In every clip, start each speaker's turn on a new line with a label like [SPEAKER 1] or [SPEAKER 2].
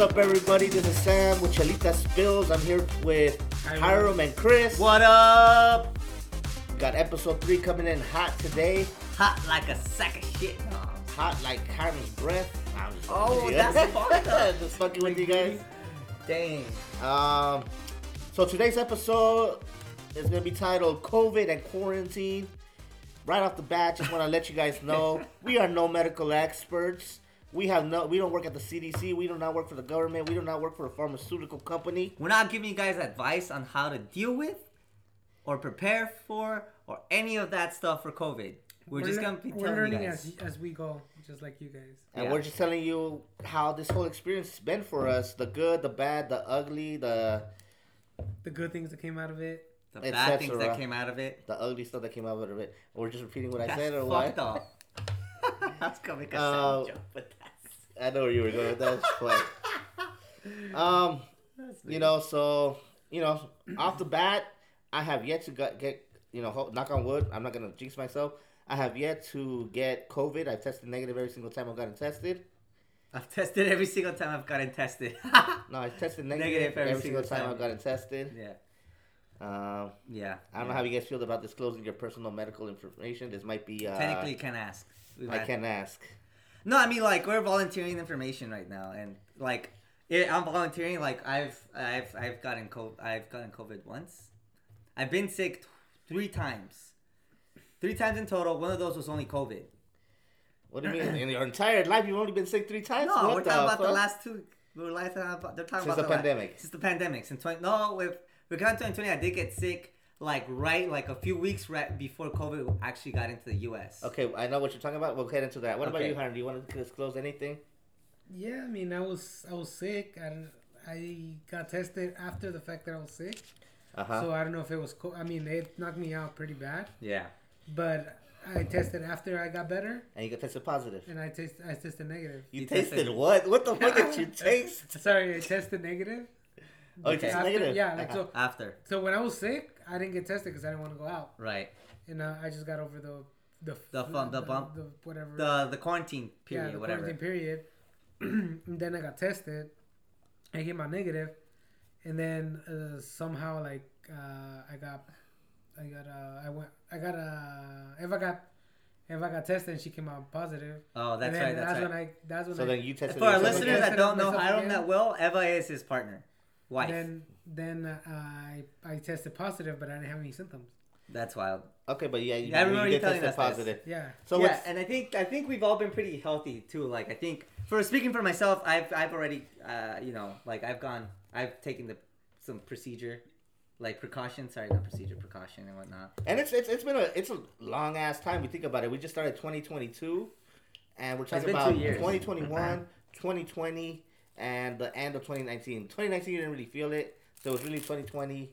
[SPEAKER 1] up, everybody? This is Sam with Chalita Spills. I'm here with
[SPEAKER 2] Hi,
[SPEAKER 1] Hiram and Chris.
[SPEAKER 2] What up?
[SPEAKER 1] Got episode three coming in hot today.
[SPEAKER 2] Hot like a sack of shit.
[SPEAKER 1] Hot like Hiram's breath. Nah, I'm just
[SPEAKER 2] Oh,
[SPEAKER 1] fucking with you.
[SPEAKER 2] that's fucked up.
[SPEAKER 1] Just fucking with you guys.
[SPEAKER 2] Dang.
[SPEAKER 1] Um, so today's episode is gonna be titled "COVID and Quarantine." Right off the bat, just want to let you guys know we are no medical experts. We have no, we don't work at the CDC. We do not work for the government. We do not work for a pharmaceutical company.
[SPEAKER 3] We're not giving you guys advice on how to deal with or prepare for or any of that stuff for COVID. We're, just
[SPEAKER 2] lear-
[SPEAKER 3] going to be
[SPEAKER 2] we're
[SPEAKER 3] telling you
[SPEAKER 2] learning
[SPEAKER 3] guys.
[SPEAKER 2] as, as we go, just like you guys.
[SPEAKER 1] And
[SPEAKER 3] Yeah.
[SPEAKER 1] we're just telling you how this whole experience has been for us the good, the bad, the ugly, the
[SPEAKER 2] The good things that came out of it.
[SPEAKER 3] The
[SPEAKER 1] It's
[SPEAKER 3] bad
[SPEAKER 1] such
[SPEAKER 3] things
[SPEAKER 1] a rough-
[SPEAKER 3] that came out of it.
[SPEAKER 1] the ugly stuff that came out of it. We're just repeating what I
[SPEAKER 3] That's
[SPEAKER 1] said or
[SPEAKER 3] fucked
[SPEAKER 1] what?
[SPEAKER 3] up. That's coming a
[SPEAKER 1] Uh,
[SPEAKER 3] sound joke, but that's.
[SPEAKER 1] I know where you were going with that. But, um, you know, so, you know, off the bat, I have yet to get, get you know, ho- knock on wood, I'm not going to jinx myself. I have yet to get COVID. I've tested negative every single time I've gotten tested.
[SPEAKER 3] I've tested every single time I've gotten tested.
[SPEAKER 1] No, I've tested negative, negative every, single time, I've gotten tested.
[SPEAKER 3] yeah.
[SPEAKER 1] Um,
[SPEAKER 3] Yeah.
[SPEAKER 1] I don't know how you guys feel about disclosing your personal medical information. This might be uh,
[SPEAKER 3] Technically, you can ask. We've
[SPEAKER 1] I
[SPEAKER 3] had-
[SPEAKER 1] can't ask.
[SPEAKER 3] No, I mean like we're volunteering information right now, and like it, I'm volunteering. Like I've I've I've gotten COVID. I've gotten COVID once. I've been sick t- three times, three times in total. One of those was only COVID.
[SPEAKER 1] What do you mean? In your entire life, you've only been sick three times.
[SPEAKER 3] No,
[SPEAKER 1] What
[SPEAKER 3] we're talking about the
[SPEAKER 1] fuck?
[SPEAKER 3] last two. We're like about, they're talking
[SPEAKER 1] Since
[SPEAKER 3] about
[SPEAKER 1] the
[SPEAKER 3] la-
[SPEAKER 1] pandemic.
[SPEAKER 3] Since the pandemic, since twenty. No, with we're counting twenty twenty. I did get sick like right like a few weeks right before COVID actually got into the U.S.
[SPEAKER 1] Okay, I know what you're talking about. We'll head into that. What about
[SPEAKER 3] Okay.
[SPEAKER 1] you, Harry? Do you want to disclose anything?
[SPEAKER 2] Yeah, I mean, I was I was sick. and I got tested after the fact that I was sick.
[SPEAKER 1] Uh
[SPEAKER 3] Uh-huh.
[SPEAKER 1] huh.
[SPEAKER 2] So I don't know if it was. Co- I mean, it knocked me out pretty bad.
[SPEAKER 3] Yeah.
[SPEAKER 2] But I tested after I got better,
[SPEAKER 1] and you got tested positive.
[SPEAKER 2] and I taste I tested negative.
[SPEAKER 1] You,
[SPEAKER 3] You
[SPEAKER 1] tasted
[SPEAKER 3] tested-
[SPEAKER 1] what? What the fuck did you taste?
[SPEAKER 2] Sorry, I tested negative.
[SPEAKER 1] Oh, you
[SPEAKER 3] Okay.
[SPEAKER 1] tasted
[SPEAKER 2] After-
[SPEAKER 1] negative. Uh-huh.
[SPEAKER 2] yeah, like, so-
[SPEAKER 3] After.
[SPEAKER 2] So when I was sick, I didn't get tested because I didn't want to go out,
[SPEAKER 3] Right.
[SPEAKER 2] and uh, I just got over the the
[SPEAKER 3] The fun- the bump?
[SPEAKER 2] the, whatever
[SPEAKER 3] The the quarantine period.
[SPEAKER 2] yeah, the
[SPEAKER 3] whatever.
[SPEAKER 2] quarantine period. and then I got tested. I came out negative, and then uh, somehow like uh, I got, I got uh, I went I got uh, if I got if I got tested and she came out positive.
[SPEAKER 3] Oh, that's
[SPEAKER 2] and then
[SPEAKER 3] right. That's, right.
[SPEAKER 2] when I that's when
[SPEAKER 1] So
[SPEAKER 2] I
[SPEAKER 1] then you tested.
[SPEAKER 3] For our
[SPEAKER 1] yourself
[SPEAKER 2] Myself
[SPEAKER 3] listeners
[SPEAKER 1] again?
[SPEAKER 2] again.
[SPEAKER 3] that don't know
[SPEAKER 2] Myself
[SPEAKER 3] Hiram
[SPEAKER 2] again.
[SPEAKER 3] that well, Eva is his partner, wife.
[SPEAKER 2] then then uh, I I tested positive, but I didn't have any symptoms.
[SPEAKER 3] That's wild.
[SPEAKER 1] Okay, but yeah, you,
[SPEAKER 3] Yeah, I remember
[SPEAKER 1] you
[SPEAKER 3] you
[SPEAKER 1] did
[SPEAKER 3] telling
[SPEAKER 1] tested
[SPEAKER 3] us this.
[SPEAKER 1] positive.
[SPEAKER 2] Yeah,
[SPEAKER 1] So
[SPEAKER 3] yeah,
[SPEAKER 1] what's
[SPEAKER 3] and I think I think we've all been pretty healthy too. Like I think for speaking for myself, I've I've already uh, you know like I've gone I've taken the some procedure, like precaution. Sorry, not procedure, precaution and whatnot.
[SPEAKER 1] and it's it's it's been a it's a long ass time. We think about it. We just started 2022, and we're talking
[SPEAKER 3] been
[SPEAKER 1] about
[SPEAKER 3] two years. Uh-huh.
[SPEAKER 1] 2021, 2020, and the end of 2019. 2019 you didn't really feel it, so it was really 2020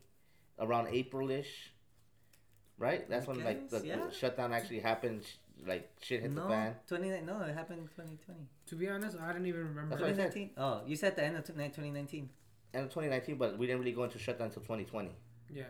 [SPEAKER 1] around April-ish, right? That's when like the,
[SPEAKER 3] guess, yeah.
[SPEAKER 1] the shutdown actually happened. sh- Like shit hit the
[SPEAKER 3] No,
[SPEAKER 1] fan.
[SPEAKER 3] twenty nine. No, it happened in twenty twenty.
[SPEAKER 2] to be honest, I don't even remember.
[SPEAKER 1] That's what I
[SPEAKER 3] Twenty
[SPEAKER 1] said.
[SPEAKER 3] nineteen. Oh, you said the end of twenty nineteen.
[SPEAKER 1] End of 2019, but we didn't really go into shutdown until 2020.
[SPEAKER 2] Yeah.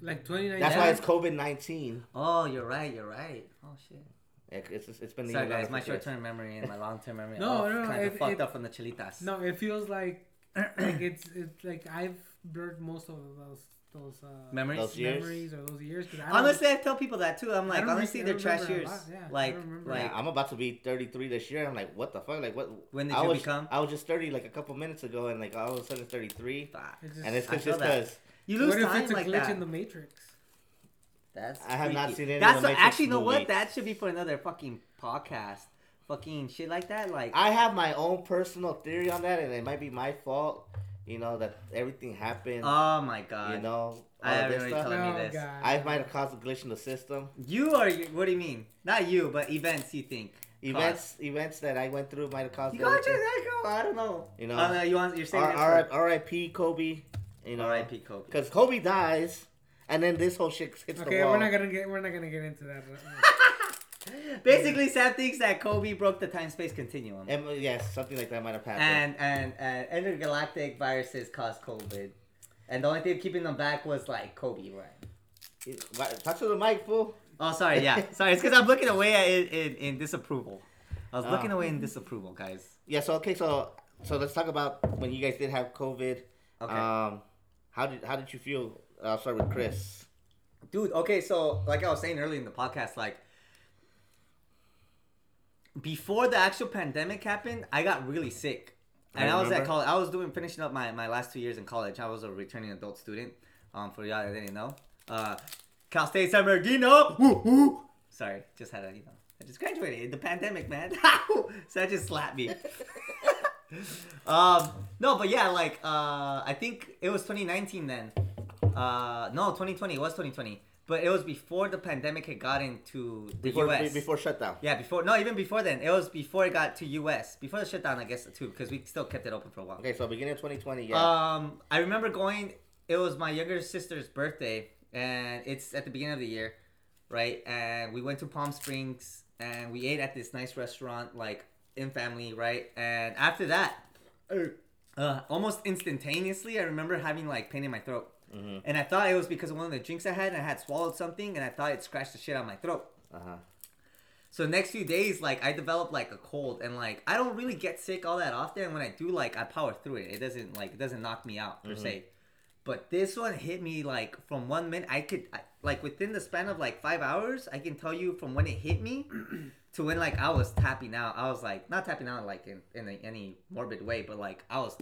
[SPEAKER 2] Like 2019.
[SPEAKER 1] That's
[SPEAKER 3] Yeah.
[SPEAKER 1] why it's COVID 19.
[SPEAKER 3] Oh, you're right. You're right. Oh shit.
[SPEAKER 1] It's, it's, it's been the
[SPEAKER 3] Sorry
[SPEAKER 1] year
[SPEAKER 3] guys,
[SPEAKER 1] longer
[SPEAKER 3] my
[SPEAKER 1] for Chris.
[SPEAKER 3] short term memory and my long term memory.
[SPEAKER 2] No,
[SPEAKER 3] are
[SPEAKER 2] no, no,
[SPEAKER 3] kind of
[SPEAKER 2] it-
[SPEAKER 3] fucked
[SPEAKER 2] it-
[SPEAKER 3] up on the chilitas.
[SPEAKER 2] No, it feels like like it's it's like I've blurred most of those those uh,
[SPEAKER 3] memories.
[SPEAKER 1] Those years.
[SPEAKER 2] memories or those years. 'cause I don't-
[SPEAKER 3] Honestly, I tell people that too. I'm
[SPEAKER 2] I
[SPEAKER 3] like,
[SPEAKER 2] don't really-
[SPEAKER 3] honestly,
[SPEAKER 2] I
[SPEAKER 3] they're trash
[SPEAKER 2] remember a
[SPEAKER 3] years.
[SPEAKER 2] lot, yeah. I
[SPEAKER 3] like,
[SPEAKER 2] remember.
[SPEAKER 3] like,
[SPEAKER 1] Yeah, I'm about to be 33 this year. I'm like, what the fuck? Like, what?
[SPEAKER 3] When did
[SPEAKER 1] I
[SPEAKER 3] you
[SPEAKER 1] was,
[SPEAKER 3] become?
[SPEAKER 1] I was just 30 like a couple minutes ago, and like all of a sudden 33.
[SPEAKER 3] fuck.
[SPEAKER 2] It's
[SPEAKER 1] And it's
[SPEAKER 3] I
[SPEAKER 1] just
[SPEAKER 3] feel that.
[SPEAKER 1] because
[SPEAKER 3] you lose
[SPEAKER 2] what if
[SPEAKER 3] time
[SPEAKER 2] it's a
[SPEAKER 3] like
[SPEAKER 2] glitch
[SPEAKER 3] that.
[SPEAKER 2] in the matrix?
[SPEAKER 3] That's
[SPEAKER 1] I have not
[SPEAKER 3] freaky.
[SPEAKER 1] seen any of
[SPEAKER 3] That's
[SPEAKER 1] the
[SPEAKER 3] what-
[SPEAKER 1] Matrix
[SPEAKER 3] actually, you know
[SPEAKER 1] movie.
[SPEAKER 3] what? That should be for another fucking podcast. Fucking shit like that. Like,
[SPEAKER 1] I have my own personal theory on that, and it might be my fault, you know, that everything happened,
[SPEAKER 3] oh my god.
[SPEAKER 1] you know, all
[SPEAKER 3] I
[SPEAKER 1] of this
[SPEAKER 3] already
[SPEAKER 1] stuff.
[SPEAKER 3] told- Telling me
[SPEAKER 2] Oh,
[SPEAKER 3] this.
[SPEAKER 1] I might have caused a glitch in the system.
[SPEAKER 3] You are. What do you mean? Not you, but events. You think
[SPEAKER 1] Events, events that I went through might have
[SPEAKER 3] Cause-
[SPEAKER 1] caused.
[SPEAKER 3] You
[SPEAKER 1] glitches.
[SPEAKER 3] gotta check that out. I don't know.
[SPEAKER 1] You know.
[SPEAKER 3] Oh, no, you want? You're saying.
[SPEAKER 1] R-
[SPEAKER 3] that
[SPEAKER 1] R-
[SPEAKER 3] for-
[SPEAKER 1] R.I.P. Kobe. You know,
[SPEAKER 3] R.I.P. Kobe.
[SPEAKER 1] Because Kobe dies, and then this whole shit hits
[SPEAKER 2] Okay,
[SPEAKER 1] the wall.
[SPEAKER 2] we're not gonna get we're not gonna get into that. uh,
[SPEAKER 3] Basically, Sam thinks that Kobe broke the time space continuum.
[SPEAKER 1] And, uh, yes, something like that might have happened.
[SPEAKER 3] and and and intergalactic viruses caused COVID, and the only thing keeping them back was like Kobe, right?
[SPEAKER 1] It- why- Talk to the mic, fool.
[SPEAKER 3] Oh, sorry, yeah, sorry. It's because I'm looking away in, in in disapproval. I was
[SPEAKER 1] Ah.
[SPEAKER 3] Oh. looking away in disapproval, guys.
[SPEAKER 1] Yeah. So okay. So so let's talk about when you guys did have COVID.
[SPEAKER 3] Okay.
[SPEAKER 1] Um, how did how did you feel? I'll start with Chris.
[SPEAKER 3] dude okay so like i was saying earlier in the podcast like before the actual pandemic happened i got really sick and
[SPEAKER 1] I
[SPEAKER 3] i, was at
[SPEAKER 1] remember.
[SPEAKER 3] college i was doing finishing up my, my last two years in college i was a returning adult student um for y'all that didn't know uh cal state san bernardino Woo, woo. sorry just had a you know i just graduated the pandemic man so that just slapped me um no but yeah like uh i think it was 2019 then uh no 2020 it was 2020 but it was before the pandemic had gotten to the
[SPEAKER 1] Before
[SPEAKER 3] us
[SPEAKER 1] be- before shutdown.
[SPEAKER 3] yeah before no even before then it was before it got to us before the shutdown i guess too because we still kept it open for a while
[SPEAKER 1] Okay. So beginning of 2020. Yeah.
[SPEAKER 3] um, I remember going. It was my younger sister's birthday, and it's at the beginning of the year, right? And we went to Palm Springs, and we ate at this nice restaurant, like in family, right? And after that, uh, almost instantaneously, I remember having like pain in my throat, and I thought it was because of one of the drinks I had, and I had swallowed something, and I thought it scratched the shit out of my throat.
[SPEAKER 1] uh-huh.
[SPEAKER 3] So next few days, like I developed like a cold, and like I don't really get sick all that often. And when I do, like I power through it. It doesn't like it doesn't knock me out per se. But this one hit me like from one minute. I could I, like within the span of like five hours, I can tell you from when it hit me to when like I was tapping out. I was like not tapping out like in, in a, any morbid way, but like I was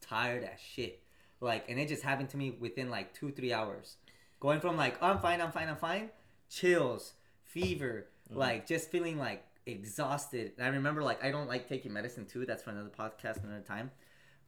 [SPEAKER 3] tired as shit. Like and it just happened to me within like two three hours, going from like "Oh, I'm fine, I'm fine, I'm fine, chills, fever, like just feeling like exhausted. And I remember like I don't like taking medicine too. That's for another podcast another time.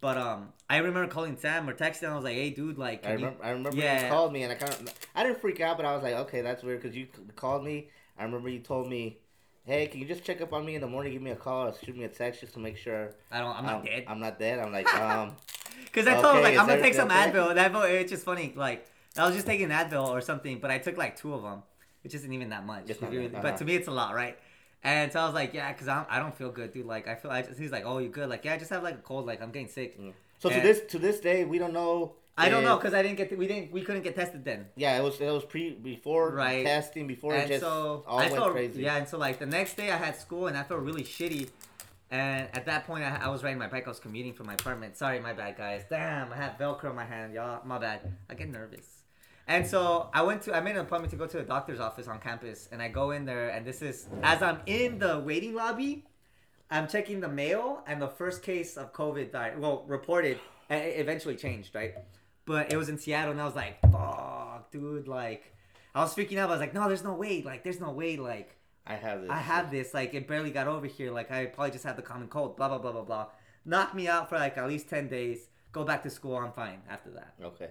[SPEAKER 3] But um, I remember calling Sam or texting. I was like, "Hey, dude, like,
[SPEAKER 1] I
[SPEAKER 3] can you-
[SPEAKER 1] remember. I remember you
[SPEAKER 3] Yeah.
[SPEAKER 1] called me, and I kind of. I didn't freak out, but I was like, okay, that's weird because you c- called me. I remember you told me, hey, can you just check up on me in the morning? Give me a call, or shoot me a text just to make sure
[SPEAKER 3] I don't, I'm not dead."
[SPEAKER 1] I'm not dead. I'm like, um,
[SPEAKER 3] Because I told him
[SPEAKER 1] Okay,
[SPEAKER 3] like
[SPEAKER 1] is
[SPEAKER 3] I'm gonna take
[SPEAKER 1] everything
[SPEAKER 3] some
[SPEAKER 1] okay?
[SPEAKER 3] Advil. And Advil, it's just funny. Like I was just taking Advil or something, but I took like two of them, which isn't even that much.
[SPEAKER 1] It's not
[SPEAKER 3] if you-
[SPEAKER 1] that- uh-huh.
[SPEAKER 3] But to me, it's a lot, right? And so I was like, yeah, because I don't feel good, dude. Like I feel, I just, he's like, oh, you good? Like yeah, I just have like a cold. Like I'm getting sick.
[SPEAKER 1] so to
[SPEAKER 3] And-
[SPEAKER 1] this to this day, we don't know.
[SPEAKER 3] I don't
[SPEAKER 1] if-
[SPEAKER 3] know because I didn't get, we didn't, we couldn't get tested then.
[SPEAKER 1] Yeah, it was it was pre before
[SPEAKER 3] Right.
[SPEAKER 1] testing before it
[SPEAKER 3] and
[SPEAKER 1] just
[SPEAKER 3] so
[SPEAKER 1] all
[SPEAKER 3] I
[SPEAKER 1] went
[SPEAKER 3] felt,
[SPEAKER 1] crazy.
[SPEAKER 3] Yeah, and so like the next day I had school and I felt really shitty. And at that point, I, I was riding my bike. I was commuting from my apartment. Sorry, my bad, guys. Damn, I had Velcro in my hand, y'all. My bad. I get nervous. And so I went to, I made an appointment to go to the doctor's office on campus. And I go in there, and this is, as I'm in the waiting lobby, I'm checking the mail, and the first case of COVID died. Well, reported, and it eventually changed, right? But it was in Seattle, and I was like, "Fuck, dude!" Like, I was freaking out. I was like, "No, there's no way. Like, there's no way. Like,
[SPEAKER 1] I have this.
[SPEAKER 3] I have this. Like, it barely got over here. Like, I probably just had the common cold. Blah blah blah blah blah. Knock me out for like at least ten days. Go back to school. I'm fine after that.
[SPEAKER 1] Okay,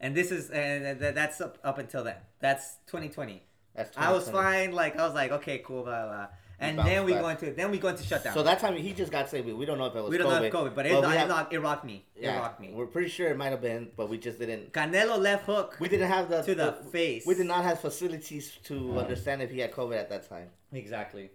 [SPEAKER 3] And this is, and th- that's up up until then. That's 2020.
[SPEAKER 1] that's
[SPEAKER 3] I was
[SPEAKER 1] 2020.
[SPEAKER 3] fine. Like, I was like, okay, cool, blah blah. blah. And
[SPEAKER 1] bounced
[SPEAKER 3] then we
[SPEAKER 1] back.
[SPEAKER 3] go into then we go into shutdown.
[SPEAKER 1] So that time he just got sick. We- We don't know if it was
[SPEAKER 3] We don't
[SPEAKER 1] COVID,
[SPEAKER 3] know if COVID, but it, it,
[SPEAKER 1] we have-
[SPEAKER 3] knocked, it rocked me. It
[SPEAKER 1] yeah,
[SPEAKER 3] rocked me.
[SPEAKER 1] We're pretty sure it might have been, but we just didn't.
[SPEAKER 3] Canelo left hook
[SPEAKER 1] We didn't have the
[SPEAKER 3] to the face. Uh-huh.
[SPEAKER 1] We did not have facilities to understand if he had COVID at that time.
[SPEAKER 3] exactly.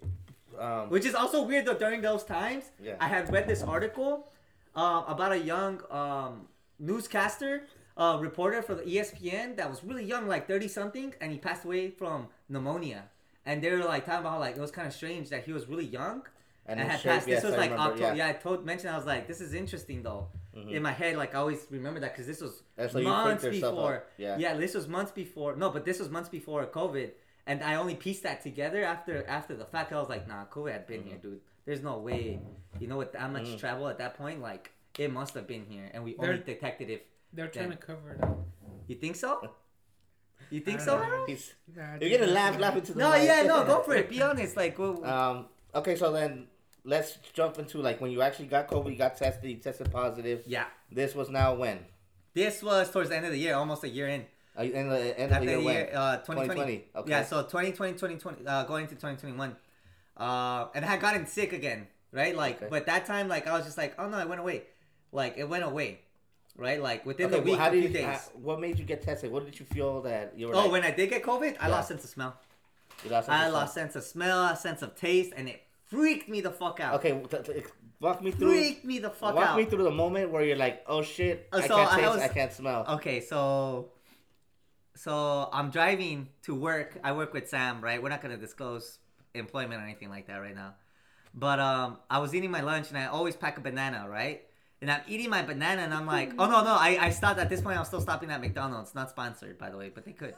[SPEAKER 1] Um,
[SPEAKER 3] Which is also weird though. During those times,
[SPEAKER 1] Yeah.
[SPEAKER 3] I had read this article um, about a young um, newscaster, uh, reporter for the ESPN that was really young, like thirty something, and he passed away from pneumonia. And they were like talking about how like it was kind of strange that he was really young
[SPEAKER 1] And
[SPEAKER 3] and,
[SPEAKER 1] in
[SPEAKER 3] had
[SPEAKER 1] shape,
[SPEAKER 3] passed.
[SPEAKER 1] yes,
[SPEAKER 3] this was
[SPEAKER 1] I
[SPEAKER 3] like
[SPEAKER 1] remember,
[SPEAKER 3] October.
[SPEAKER 1] yeah. Mm-hmm.
[SPEAKER 3] Yeah. I told mentioned. I was like, this is interesting though. In my head, like I always remember that because this was
[SPEAKER 1] That's how you freaked
[SPEAKER 3] months
[SPEAKER 1] yourself
[SPEAKER 3] before.
[SPEAKER 1] up. Yeah.
[SPEAKER 3] yeah, this was months before. No, but this was months before COVID, and I only pieced that together after after the fact. I was like, nah, COVID had been here,
[SPEAKER 1] Mm-hmm.
[SPEAKER 3] dude. There's no way. You know, with that much travel at that point, like it must have been here, and we only
[SPEAKER 2] There-
[SPEAKER 3] detected if.
[SPEAKER 2] They're trying
[SPEAKER 3] Yeah.
[SPEAKER 2] to cover it up.
[SPEAKER 3] You think so? You think
[SPEAKER 2] I
[SPEAKER 3] so,
[SPEAKER 2] don't know.
[SPEAKER 3] Harold?
[SPEAKER 1] he's-
[SPEAKER 2] Nah,
[SPEAKER 1] you're gonna
[SPEAKER 2] just-
[SPEAKER 1] laugh, laugh into the
[SPEAKER 3] No,
[SPEAKER 1] mic.
[SPEAKER 3] yeah, no, go for it. Uh, Be honest, like. Well,
[SPEAKER 1] Um, okay, so then let's jump into like when you actually got COVID, you got tested, you tested positive.
[SPEAKER 3] yeah,
[SPEAKER 1] This was now when
[SPEAKER 3] this was towards the end of the year, almost a year in.
[SPEAKER 1] uh, in the end of
[SPEAKER 3] After
[SPEAKER 1] the year, when?
[SPEAKER 3] uh, 2020.
[SPEAKER 1] 2020, okay.
[SPEAKER 3] Yeah, so 2020, 2020, uh, going into 2021. Uh, and I had gotten sick again, right? Like,
[SPEAKER 1] Okay.
[SPEAKER 3] but that time, like, I was just like, oh no, it went away. Like, it went away, right? Like, within
[SPEAKER 1] Okay,
[SPEAKER 3] the
[SPEAKER 1] well,
[SPEAKER 3] week,
[SPEAKER 1] how
[SPEAKER 3] a
[SPEAKER 1] did
[SPEAKER 3] few
[SPEAKER 1] you,
[SPEAKER 3] days.
[SPEAKER 1] how- what made you get tested? What did you feel that you were?
[SPEAKER 3] oh,
[SPEAKER 1] like,
[SPEAKER 3] when I did get COVID, I
[SPEAKER 1] Yeah.
[SPEAKER 3] lost sense of smell.
[SPEAKER 1] you lost
[SPEAKER 3] I
[SPEAKER 1] interest?
[SPEAKER 3] lost sense of smell, sense of taste, and it freaked me the fuck out.
[SPEAKER 1] Okay, well, t- t- walk me through.
[SPEAKER 3] Freaked me the fuck
[SPEAKER 1] walk
[SPEAKER 3] out.
[SPEAKER 1] me through the moment where you're like, oh shit,
[SPEAKER 3] Uh,
[SPEAKER 1] I
[SPEAKER 3] so
[SPEAKER 1] can't
[SPEAKER 3] I
[SPEAKER 1] taste,
[SPEAKER 3] was- Oh,
[SPEAKER 1] I can't smell.
[SPEAKER 3] Okay, so so I'm driving to work. I work with Sam, right? We're not gonna disclose employment or anything like that right now. But um, I was eating my lunch and I always pack a banana, right? And I'm eating my banana and I'm like, oh no, no, I, I stopped at this point. I'm still stopping at McDonald's. Not sponsored, by the way, but they could.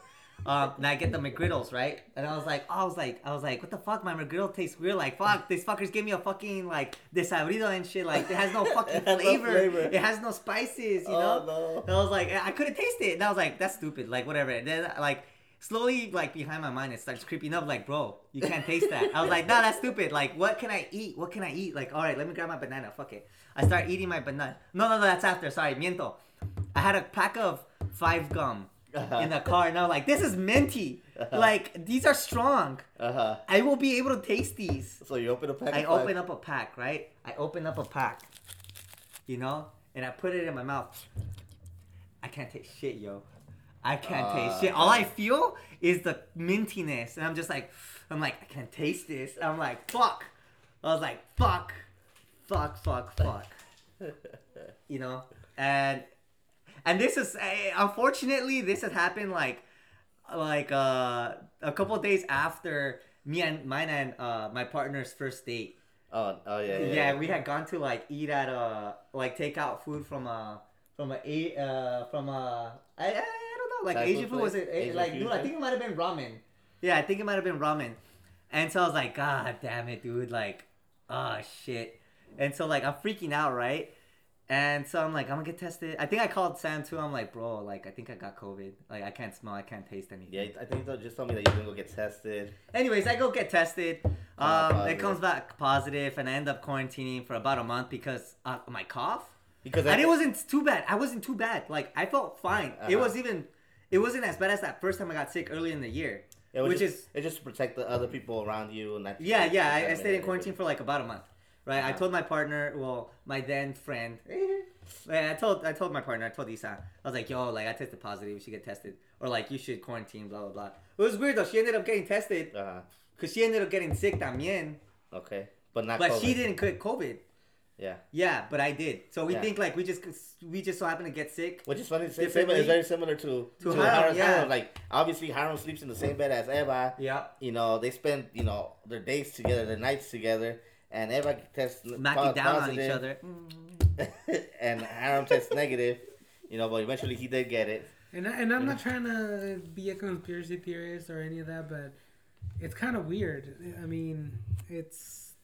[SPEAKER 3] Um, and I get the McGriddles, right? And I was like, oh, I was like, I was like, what the fuck? My McGriddle tastes weird. Like, fuck, these fuckers gave me a fucking like desabrido and shit. Like, it has no fucking
[SPEAKER 1] It has no
[SPEAKER 3] flavor.
[SPEAKER 1] flavor.
[SPEAKER 3] It has no spices. You
[SPEAKER 1] Oh,
[SPEAKER 3] know?
[SPEAKER 1] no.
[SPEAKER 3] And I was like, I couldn't taste it. And I was like, that's stupid. Like, whatever. And then, like, slowly, like, behind my mind, it starts creeping up. Like, bro, you can't taste that. I was like, no, that's stupid. Like, what can I eat? What can I eat? Like, all right, let me grab my banana. Fuck it. I start eating my banana. No, no, no, that's after. Sorry, miento. I had a pack of five gum in the car, and I was like, this is minty. Like, these are strong.
[SPEAKER 1] Uh huh.
[SPEAKER 3] I will be able to taste these.
[SPEAKER 1] So you open a pack.
[SPEAKER 3] I
[SPEAKER 1] of five.
[SPEAKER 3] open up a pack, right? I open up a pack, you know, and I put it in my mouth. I can't taste shit, yo. I can't taste shit. All I feel is the mintiness, and I'm just like, I'm like, I can't taste this. I'm like, fuck. I was like, fuck, fuck, fuck, fuck. you know, and and this is eh, unfortunately this has happened like like uh a couple days after me and mine and uh my partner's first date
[SPEAKER 1] Oh, oh yeah, yeah.
[SPEAKER 3] yeah we had gone to like eat at a like take out food from a from a a- uh from a i, I, I don't know like
[SPEAKER 1] Thai food
[SPEAKER 3] asian food was
[SPEAKER 1] place?
[SPEAKER 3] it eh,
[SPEAKER 1] Asian
[SPEAKER 3] like
[SPEAKER 1] food
[SPEAKER 3] dude i
[SPEAKER 1] place?
[SPEAKER 3] think it might have been ramen yeah i think it might have been ramen and so i was like god damn it dude like oh shit and so like i'm freaking out right and so I'm like, I'm gonna get tested. I think I called Sam too. I'm like, bro, like I think I got COVID. Like I can't smell, I can't taste anything.
[SPEAKER 1] Yeah, I think they'll just tell me that you're gonna go get tested.
[SPEAKER 3] Anyways, I go get tested.
[SPEAKER 1] out
[SPEAKER 3] Um, it
[SPEAKER 1] Uh, positive.
[SPEAKER 3] comes back positive, and I end up quarantining for about a month because uh, my cough.
[SPEAKER 1] Because
[SPEAKER 3] And
[SPEAKER 1] I-
[SPEAKER 3] it wasn't too bad. I wasn't too bad. Like I felt fine. It
[SPEAKER 1] Uh-huh.
[SPEAKER 3] was even. It wasn't as bad as that first time I got sick early in the year,
[SPEAKER 1] It was
[SPEAKER 3] which
[SPEAKER 1] just,
[SPEAKER 3] is
[SPEAKER 1] it's just to protect the other people around you and that.
[SPEAKER 3] yeah, yeah.
[SPEAKER 1] that
[SPEAKER 3] I, I
[SPEAKER 1] made
[SPEAKER 3] stayed in
[SPEAKER 1] it
[SPEAKER 3] quarantine for like about a month, right? I
[SPEAKER 1] Uh-huh.
[SPEAKER 3] told my partner, well, my then friend. I told I told my partner, I told Isa, I was like, yo, like I tested positive, we should get tested, or like you should quarantine, blah blah blah. It was weird though. She ended up getting tested
[SPEAKER 1] Uh,
[SPEAKER 3] because she ended up getting sick también,
[SPEAKER 1] okay, but not.
[SPEAKER 3] but she
[SPEAKER 1] COVID.
[SPEAKER 3] didn't get COVID.
[SPEAKER 1] Yeah,
[SPEAKER 3] Yeah, but I did. So we
[SPEAKER 1] Yeah.
[SPEAKER 3] think like we just we just so happened to get sick.
[SPEAKER 1] which is funny. It's similar, it's
[SPEAKER 3] Differently?
[SPEAKER 1] very similar to
[SPEAKER 3] To Hiram, yeah.
[SPEAKER 1] Like obviously, Hiram sleeps in the same bed as Eva.
[SPEAKER 3] Yeah.
[SPEAKER 1] You know, they spend you know their days together, their nights together, and Eva tests
[SPEAKER 3] Knocking
[SPEAKER 1] po-
[SPEAKER 3] down on each
[SPEAKER 1] positive,
[SPEAKER 3] other.
[SPEAKER 1] and Hiram tests negative. You know, but eventually he did get it.
[SPEAKER 2] And, I, and I'm not trying to be a conspiracy theorist or any of that, but it's kind of weird. I mean, it's.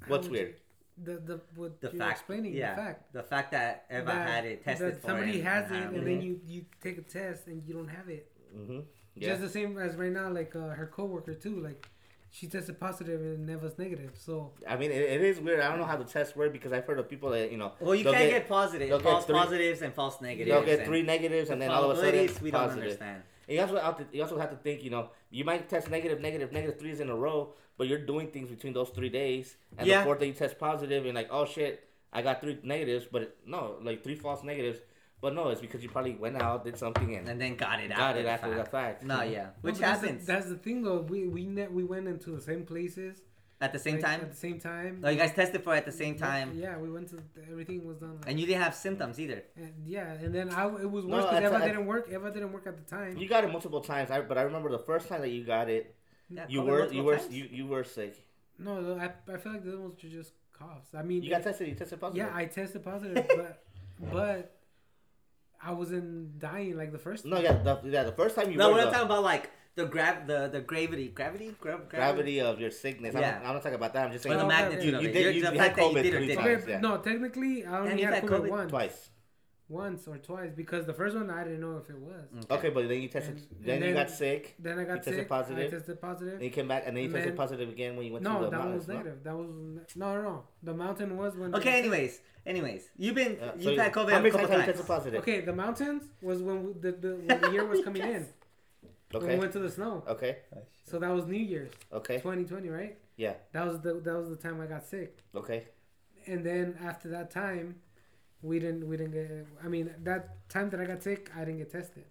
[SPEAKER 2] how
[SPEAKER 1] What's
[SPEAKER 2] would you-
[SPEAKER 1] weird?
[SPEAKER 2] The, the, what
[SPEAKER 3] The
[SPEAKER 2] you're
[SPEAKER 3] fact,
[SPEAKER 2] explaining,
[SPEAKER 3] yeah,
[SPEAKER 2] the fact.
[SPEAKER 3] that Eva
[SPEAKER 2] that-
[SPEAKER 3] had it tested
[SPEAKER 2] that
[SPEAKER 3] for
[SPEAKER 2] Somebody
[SPEAKER 3] him
[SPEAKER 2] has it,
[SPEAKER 3] Hiram
[SPEAKER 2] and
[SPEAKER 3] didn't.
[SPEAKER 2] then you, you take a test and you don't have it.
[SPEAKER 1] Mm-hmm. Yeah.
[SPEAKER 2] Just the same as right now, like uh, her coworker too. Like she tested positive and Neva's negative. So
[SPEAKER 1] I mean, it, it is weird. I don't know how the tests work because I've heard of people that you know.
[SPEAKER 3] Well, you
[SPEAKER 1] they'll
[SPEAKER 3] can't get, positive.
[SPEAKER 1] they'll get
[SPEAKER 3] false
[SPEAKER 1] three-
[SPEAKER 3] positives and false negatives.
[SPEAKER 1] They'll get
[SPEAKER 3] and
[SPEAKER 1] three negatives and then all of a sudden
[SPEAKER 3] probabilities we don't
[SPEAKER 1] positive.
[SPEAKER 3] understand.
[SPEAKER 1] And you also have to you also have to think, you know, you might test negative, negative, negative threes in a row, but you're doing things between those three days, and
[SPEAKER 3] Yeah.
[SPEAKER 1] the fourth day you test positive, and like, oh shit, I got three negatives, but no, like three false negatives, but no, it's because you probably went out, did something, and
[SPEAKER 3] And then got it
[SPEAKER 1] Got
[SPEAKER 3] after
[SPEAKER 1] it
[SPEAKER 3] the
[SPEAKER 1] after the
[SPEAKER 3] fact.
[SPEAKER 1] fact.
[SPEAKER 3] No,
[SPEAKER 1] Mhm.
[SPEAKER 3] yeah,
[SPEAKER 2] No,
[SPEAKER 3] which
[SPEAKER 2] but that's the-
[SPEAKER 3] happens
[SPEAKER 2] That's the thing, though. We we ne- we went into the same places.
[SPEAKER 3] at the same
[SPEAKER 2] like,
[SPEAKER 3] time.
[SPEAKER 2] At the same time.
[SPEAKER 3] No, you guys tested for it at the same time,
[SPEAKER 2] Yeah, we went to everything was done. Like,
[SPEAKER 3] and you didn't have symptoms either.
[SPEAKER 2] And yeah, and then I it was
[SPEAKER 1] No,
[SPEAKER 2] worse because
[SPEAKER 1] that's-
[SPEAKER 2] Eva
[SPEAKER 1] I-
[SPEAKER 2] didn't work. Eva didn't work at the time.
[SPEAKER 1] you got it multiple times. I, but I remember the first time that you got it,
[SPEAKER 3] Yeah,
[SPEAKER 1] you
[SPEAKER 3] probably
[SPEAKER 1] were
[SPEAKER 3] multiple
[SPEAKER 1] you were
[SPEAKER 3] times.
[SPEAKER 1] you, you were sick.
[SPEAKER 2] no, no, I, I feel like the ones were just coughs. I mean,
[SPEAKER 1] You got tested. You tested positive.
[SPEAKER 2] yeah, I tested positive, but but I wasn't dying like the first.
[SPEAKER 1] no,
[SPEAKER 2] time.
[SPEAKER 1] yeah, the, yeah. The first time you
[SPEAKER 3] No,
[SPEAKER 1] were
[SPEAKER 3] we're not
[SPEAKER 1] the
[SPEAKER 3] talking about like the grav the the gravity gravity Gra-
[SPEAKER 1] gravity of your sickness. I'm,
[SPEAKER 3] Yeah.
[SPEAKER 1] not, I'm not talking about that. I'm just
[SPEAKER 3] or
[SPEAKER 1] saying
[SPEAKER 3] the
[SPEAKER 2] No,
[SPEAKER 3] magnitude
[SPEAKER 1] you,
[SPEAKER 3] of
[SPEAKER 1] you
[SPEAKER 3] it.
[SPEAKER 1] did
[SPEAKER 3] You're-
[SPEAKER 1] you,
[SPEAKER 3] the
[SPEAKER 1] you had
[SPEAKER 3] fact that you
[SPEAKER 1] COVID
[SPEAKER 3] did or
[SPEAKER 1] three
[SPEAKER 3] didn't.
[SPEAKER 1] times.
[SPEAKER 2] But-
[SPEAKER 1] Yeah.
[SPEAKER 2] no. Technically, I only
[SPEAKER 3] you've
[SPEAKER 2] had
[SPEAKER 3] had
[SPEAKER 2] COVID,
[SPEAKER 3] COVID
[SPEAKER 2] once,
[SPEAKER 1] twice.
[SPEAKER 2] once or twice because the first one I didn't know if it was.
[SPEAKER 1] Okay, but then you tested.
[SPEAKER 2] And- and
[SPEAKER 1] then, Mm. you
[SPEAKER 2] then-
[SPEAKER 1] got sick.
[SPEAKER 2] Then I got
[SPEAKER 1] tested
[SPEAKER 2] sick.
[SPEAKER 1] positive?
[SPEAKER 2] I tested positive.
[SPEAKER 1] And you came back, and then you
[SPEAKER 2] And
[SPEAKER 1] tested
[SPEAKER 2] then-
[SPEAKER 1] positive again when you went to
[SPEAKER 2] No,
[SPEAKER 1] the
[SPEAKER 2] that one
[SPEAKER 1] mountains.
[SPEAKER 2] was
[SPEAKER 1] no?
[SPEAKER 2] negative. That was no, no, no. The mountain was when. I
[SPEAKER 3] Okay.
[SPEAKER 2] got sick.
[SPEAKER 3] Anyways, anyways, you've been
[SPEAKER 1] Yeah, so
[SPEAKER 3] you've had COVID
[SPEAKER 1] How
[SPEAKER 3] a
[SPEAKER 1] many
[SPEAKER 3] couple
[SPEAKER 1] times have you
[SPEAKER 3] times.
[SPEAKER 1] tested positive?
[SPEAKER 2] Okay, the mountains was when we, the, the when the year was coming in. When we
[SPEAKER 1] Okay.
[SPEAKER 2] went to the snow.
[SPEAKER 1] Okay.
[SPEAKER 2] So that was New Year's,
[SPEAKER 1] Okay.
[SPEAKER 2] 2020, right?
[SPEAKER 1] Yeah.
[SPEAKER 2] That was the that was the time I got sick.
[SPEAKER 1] Okay.
[SPEAKER 2] And then after that time, we didn't we didn't get. I mean, that time that I got sick, I didn't get tested.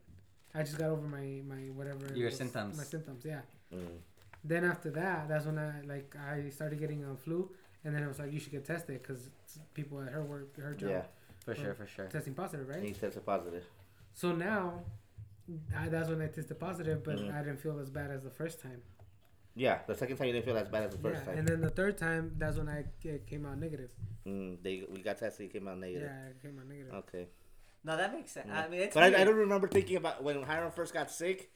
[SPEAKER 2] I just got over my my whatever.
[SPEAKER 3] Your
[SPEAKER 2] was-
[SPEAKER 3] symptoms.
[SPEAKER 2] My symptoms, yeah.
[SPEAKER 1] Mm.
[SPEAKER 2] Then after that, that's when I like I started getting a flu, and then I was like, you should get tested because people at her work, her job,
[SPEAKER 1] Yeah.
[SPEAKER 3] For sure, for sure.
[SPEAKER 2] testing positive, right?
[SPEAKER 1] And you tested positive.
[SPEAKER 2] So now, I, that's when I tested positive, but
[SPEAKER 1] Mhm.
[SPEAKER 2] I didn't feel as bad as the first time.
[SPEAKER 1] Yeah, the second time you didn't feel as bad as the first
[SPEAKER 2] yeah,
[SPEAKER 1] time.
[SPEAKER 2] and then the third time, that's when I ca- came out negative.
[SPEAKER 1] mm, they we got tested, it came out
[SPEAKER 2] Yeah,
[SPEAKER 1] negative.
[SPEAKER 2] I came out negative.
[SPEAKER 1] Okay.
[SPEAKER 3] No, that makes sense. I mean, it's
[SPEAKER 1] but I, I
[SPEAKER 3] weird.
[SPEAKER 1] don't remember thinking about when Hiram first got sick.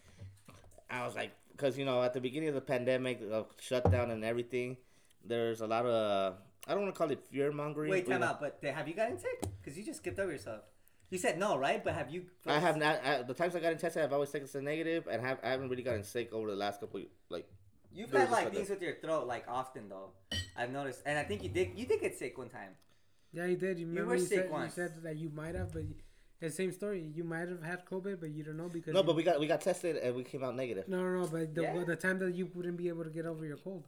[SPEAKER 1] I was like, because you know, at the beginning of the pandemic, the shutdown and everything, there's a lot of I don't want to call it fear mongering.
[SPEAKER 3] Wait, time out. But have you gotten sick? Because you just skipped over yourself. You said no, right? But have you?
[SPEAKER 1] I have not. I, the times I got tested, I've always taken the negative, and have I haven't really gotten sick over the last couple. Like,
[SPEAKER 3] You've
[SPEAKER 1] There was
[SPEAKER 3] had
[SPEAKER 1] a
[SPEAKER 3] like
[SPEAKER 1] shutdown.
[SPEAKER 3] things with your throat like often though. I've noticed, and I think you did. You did get sick one time.
[SPEAKER 2] Yeah, you did. You, remember
[SPEAKER 3] were
[SPEAKER 2] you
[SPEAKER 3] sick
[SPEAKER 2] said,
[SPEAKER 3] once.
[SPEAKER 2] You said that you might have, but you, the same story. You might have had COVID, but you don't know because
[SPEAKER 1] no,
[SPEAKER 2] you-
[SPEAKER 1] but we got we got tested and we came out negative.
[SPEAKER 2] no, no, no. But the,
[SPEAKER 3] Yeah.
[SPEAKER 2] the time that you wouldn't be able to get over your cold.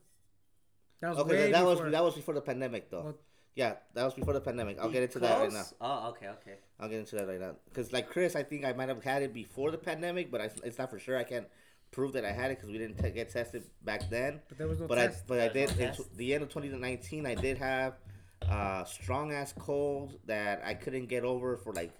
[SPEAKER 2] That was
[SPEAKER 1] Okay,
[SPEAKER 2] way
[SPEAKER 1] so that
[SPEAKER 2] before.
[SPEAKER 1] was that was before the pandemic, though.
[SPEAKER 2] Well-
[SPEAKER 1] yeah, that was before the pandemic. I'll get into that right now.
[SPEAKER 3] Close? Oh, okay, okay.
[SPEAKER 1] I'll get into that right now. Because, like Chris, I think I might have had it before the pandemic, but I, it's not for sure. I can't prove that I had it because we didn't t- get tested back then.
[SPEAKER 2] But there was no
[SPEAKER 1] But I,
[SPEAKER 2] test.
[SPEAKER 1] but I did
[SPEAKER 3] There's no
[SPEAKER 1] in
[SPEAKER 3] test.
[SPEAKER 1] tw- the end of 2019. I did have a strong ass cold that I couldn't get over for like